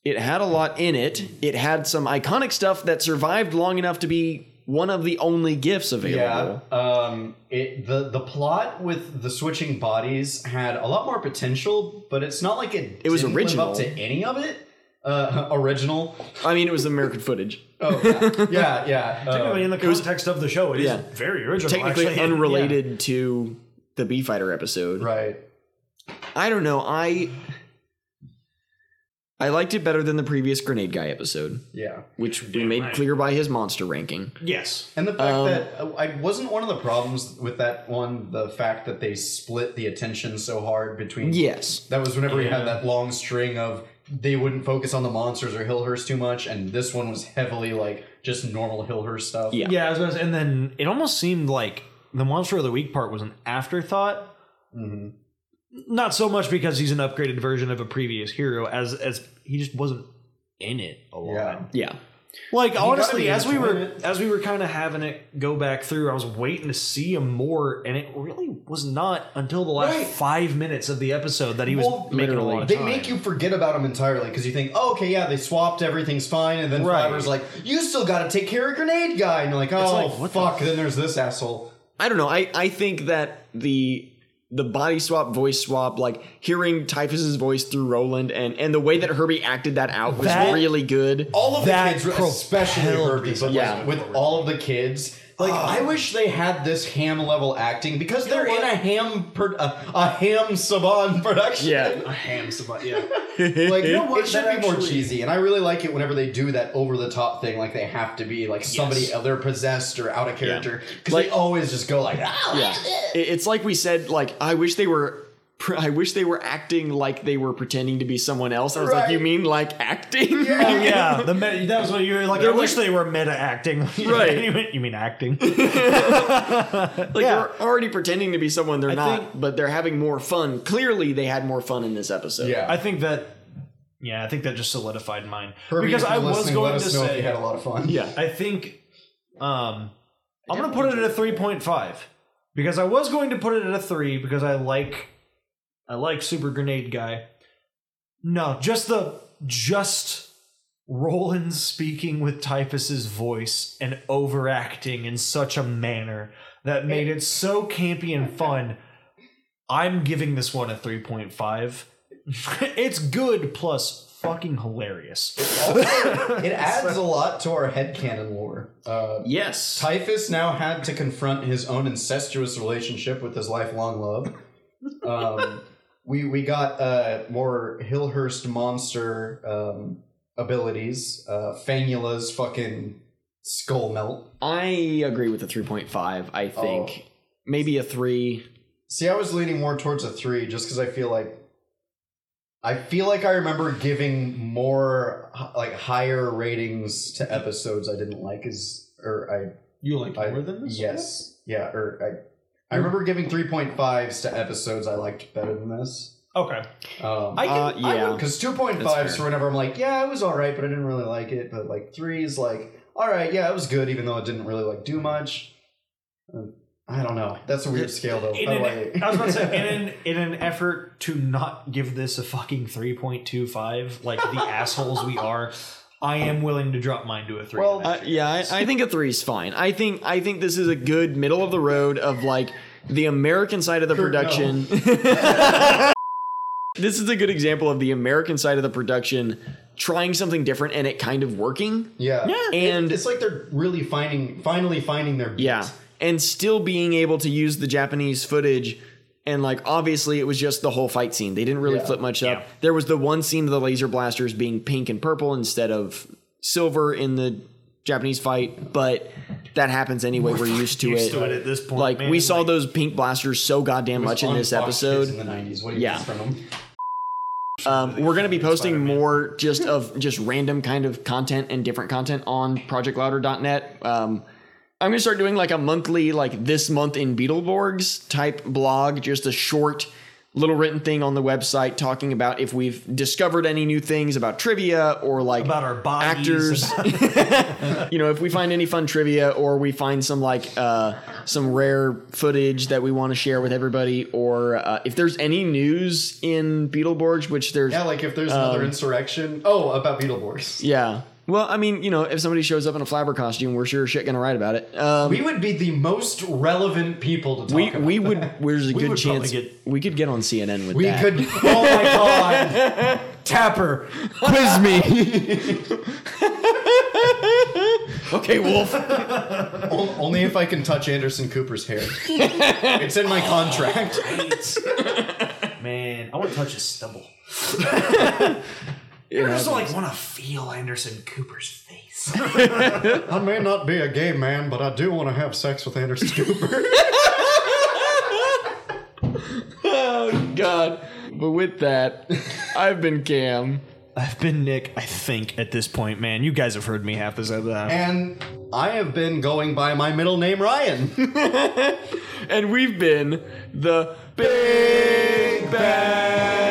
Speaker 2: It had a lot in it. It had some iconic stuff that survived long enough to be one of the only gifts
Speaker 4: Yeah.
Speaker 2: available.
Speaker 4: Um, it, the the plot with the switching bodies had a lot more potential, but it's not like it.
Speaker 2: It was
Speaker 4: didn't
Speaker 2: original.
Speaker 4: live up to any of it. Uh, <laughs> original.
Speaker 2: I mean, it was American footage.
Speaker 4: Oh
Speaker 2: <laughs>
Speaker 4: yeah, yeah. yeah. Uh,
Speaker 3: Technically, in the context of the show, it is
Speaker 2: yeah.
Speaker 3: very original.
Speaker 2: Technically
Speaker 3: actually. <laughs>
Speaker 2: unrelated to the Bee Fighter episode.
Speaker 4: right.
Speaker 2: I don't know. I I liked it better than the previous Grenade Guy episode,
Speaker 4: Yeah.
Speaker 2: which we made clear by his monster ranking.
Speaker 3: Yeah. Yes.
Speaker 4: And the fact
Speaker 2: Um,
Speaker 4: that uh, I wasn't one of the problems with that one, the fact that they split the attention so hard between.
Speaker 2: Yes.
Speaker 4: That was whenever we had that long string of they wouldn't focus on the monsters or Hillhurst too much, and this one was heavily like just normal Hillhurst stuff.
Speaker 2: Yeah.
Speaker 3: Yeah, I was gonna say, and then it almost seemed like the Monster of the Week part was an afterthought.
Speaker 4: Mhm.
Speaker 3: Not so much because he's an upgraded version of a previous hero, as as he just wasn't in it a lot.
Speaker 4: Yeah.
Speaker 2: Yeah.
Speaker 3: Like
Speaker 4: gotta
Speaker 3: honestly,
Speaker 4: be
Speaker 3: as we
Speaker 4: enjoying
Speaker 3: were
Speaker 4: it.
Speaker 3: as we were kind of having it go back through, I was waiting to see him more, and it really was not until the last
Speaker 4: Right.
Speaker 3: five minutes of the episode that he was
Speaker 4: Well,
Speaker 3: making a lot of
Speaker 4: They
Speaker 3: time.
Speaker 4: make you forget about them entirely because you think, oh, okay, yeah, they swapped, everything's fine, and then
Speaker 3: Right.
Speaker 4: Flowers like, you still got to take care of Grenade Guy, and you're like, oh,
Speaker 3: like, what the
Speaker 4: fuck. then there's this asshole.
Speaker 2: I don't know. I, I think that the the body swap, voice swap, like hearing Typhus's voice through Roland and and the way that Herbie acted that out was
Speaker 3: That-
Speaker 2: really good.
Speaker 4: all of the
Speaker 3: That
Speaker 4: kids, especially
Speaker 3: propelled Ah.
Speaker 4: Herbie,
Speaker 3: this
Speaker 4: but
Speaker 2: Yeah.
Speaker 4: like, with all of the kids. Like I wish they had this ham level acting because they're in a ham pro- a, a ham saban <laughs> production.
Speaker 2: Yeah.
Speaker 4: <laughs> like it should be more cheesy, and I really like it whenever they do that over the top thing. Like they have to be like somebody uh, they're possessed or out of character because they
Speaker 2: Like-
Speaker 4: always just go like ah.
Speaker 2: Yeah. It- it's like we said, like, I wish they were pr- I wish they were acting like they were pretending to be someone else. I was like,
Speaker 4: Right.
Speaker 2: you mean like acting? <laughs>
Speaker 3: Oh, <laughs> yeah, the me- that was what you were like. I wish they were meta acting.
Speaker 2: Right.
Speaker 3: <laughs> you, mean, you mean <laughs> acting?
Speaker 2: like
Speaker 3: Yeah.
Speaker 2: they're already pretending to be someone they're not,
Speaker 3: think-
Speaker 2: but they're having more fun. Clearly they had more fun in this episode.
Speaker 4: Yeah.
Speaker 3: I think that. Yeah, I think that just solidified mine
Speaker 4: Herbie,
Speaker 3: because
Speaker 4: if you're
Speaker 3: I was
Speaker 4: listening,
Speaker 3: going
Speaker 4: let
Speaker 3: to
Speaker 4: us know if
Speaker 3: say
Speaker 4: you had a lot of fun.
Speaker 2: Yeah.
Speaker 3: I think um, I'm going to put it at a 3.5 because I was going to put it at a 3 because I like I like Super Grenade Guy. No, just the just Roland speaking with Typhus's voice and overacting in such a manner that made it so campy
Speaker 4: <laughs>
Speaker 3: and fun. I'm giving this one a 3.5. <laughs> it's good plus fucking hilarious.
Speaker 4: it adds a lot to our headcanon lore. Uh,
Speaker 2: Yes.
Speaker 4: Typhus now had to confront his own incestuous relationship with his lifelong love. Um, <laughs> we we got uh, more Hillhurst monster um, abilities. Uh, Fangula's fucking skull melt.
Speaker 2: I agree with the 3.5. I think maybe a 3.
Speaker 4: See, I was leaning more towards a three just because I feel like I feel like I remember giving more h- like higher ratings to episodes I didn't like as or
Speaker 9: You like
Speaker 4: I, I
Speaker 9: more than this?
Speaker 4: Yes. Yeah, or I I
Speaker 3: Hmm.
Speaker 4: remember giving 3.5s to episodes I liked better than this.
Speaker 9: Okay.
Speaker 4: Um
Speaker 9: I can.
Speaker 2: Uh, yeah.
Speaker 4: because 2.5s for whenever I'm like, yeah, it was all right, but I didn't really like it. But like 3 is like, all right, yeah, it was good, even though it didn't really like do much. Uh, I don't know. That's a weird scale though. Oh,
Speaker 3: In
Speaker 4: How
Speaker 3: an,
Speaker 4: do
Speaker 3: I was about to say, <laughs> in an, in an effort to not give this a fucking 3.25, like <laughs> the assholes we are, I am willing to drop mine to a 3.
Speaker 4: Well,
Speaker 2: Uh, yeah, I, I think a three is fine. I think I think this is a good middle of the road of like the American side of the production. this is a good example of the American side of the production trying something different and it kind of working.
Speaker 4: <laughs> Yeah.
Speaker 2: And
Speaker 4: It's like they're really finding, finally finding their beat.
Speaker 2: yeah, and still being able to use the Japanese footage. And like obviously, it was just the whole fight scene. They didn't really
Speaker 4: Yeah.
Speaker 2: flip much up. There was the one scene of the laser blasters being pink and purple instead of silver in the Japanese fight, but that happens anyway. We're, used to it.
Speaker 3: to it at this point,
Speaker 2: like
Speaker 3: man.
Speaker 2: we saw those pink blasters so goddamn much in
Speaker 4: On
Speaker 2: this
Speaker 4: Fox Kids
Speaker 2: episode.
Speaker 4: in the '90s. What do you
Speaker 2: Yeah.
Speaker 4: yeah. from them?
Speaker 2: Um, we're gonna be posting more just of just random kind of content and different content on projectlouder.net. Um, I'm gonna start doing like a monthly, like this month in Beetleborgs type blog, just a short little written thing on the website talking about if we've discovered any new things about trivia or like
Speaker 3: about our bodies.
Speaker 2: actors
Speaker 3: <laughs>
Speaker 2: you know if we find any fun trivia or we find some like uh some rare footage that we want to share with everybody or uh, if there's any news in beetleborgs which there's
Speaker 4: Yeah, like if
Speaker 2: Um,
Speaker 4: there's another insurrection. Oh, about Beetleborgs.
Speaker 2: yeah well i mean you know if somebody shows up in a flabber costume we're sure as shit gonna write about it um
Speaker 4: We would be the most relevant people to talk
Speaker 2: we,
Speaker 4: about.
Speaker 2: we would there's a good
Speaker 3: would probably
Speaker 2: chance
Speaker 3: get-
Speaker 2: we could get on cnn with
Speaker 4: We
Speaker 2: that
Speaker 4: <laughs> could. Oh my god, Tapper.
Speaker 2: quiz me <laughs> okay wolf
Speaker 4: O- Only if I can touch Anderson Cooper's
Speaker 2: <laughs>
Speaker 4: hair. it's in my contract.
Speaker 3: Man, I want to touch his stubble. <laughs>
Speaker 2: You
Speaker 3: I
Speaker 2: know,
Speaker 3: just like want to feel Anderson Cooper's face.
Speaker 4: I may not be a gay man, but I do want to have sex with Anderson Cooper.
Speaker 2: oh god but with that <laughs> i've been cam
Speaker 3: <laughs> I've been Nick, I think, at this point, man. You guys have heard me half this episode.
Speaker 4: and I have been going by my middle name Ryan.
Speaker 2: and we've been the Big Bang.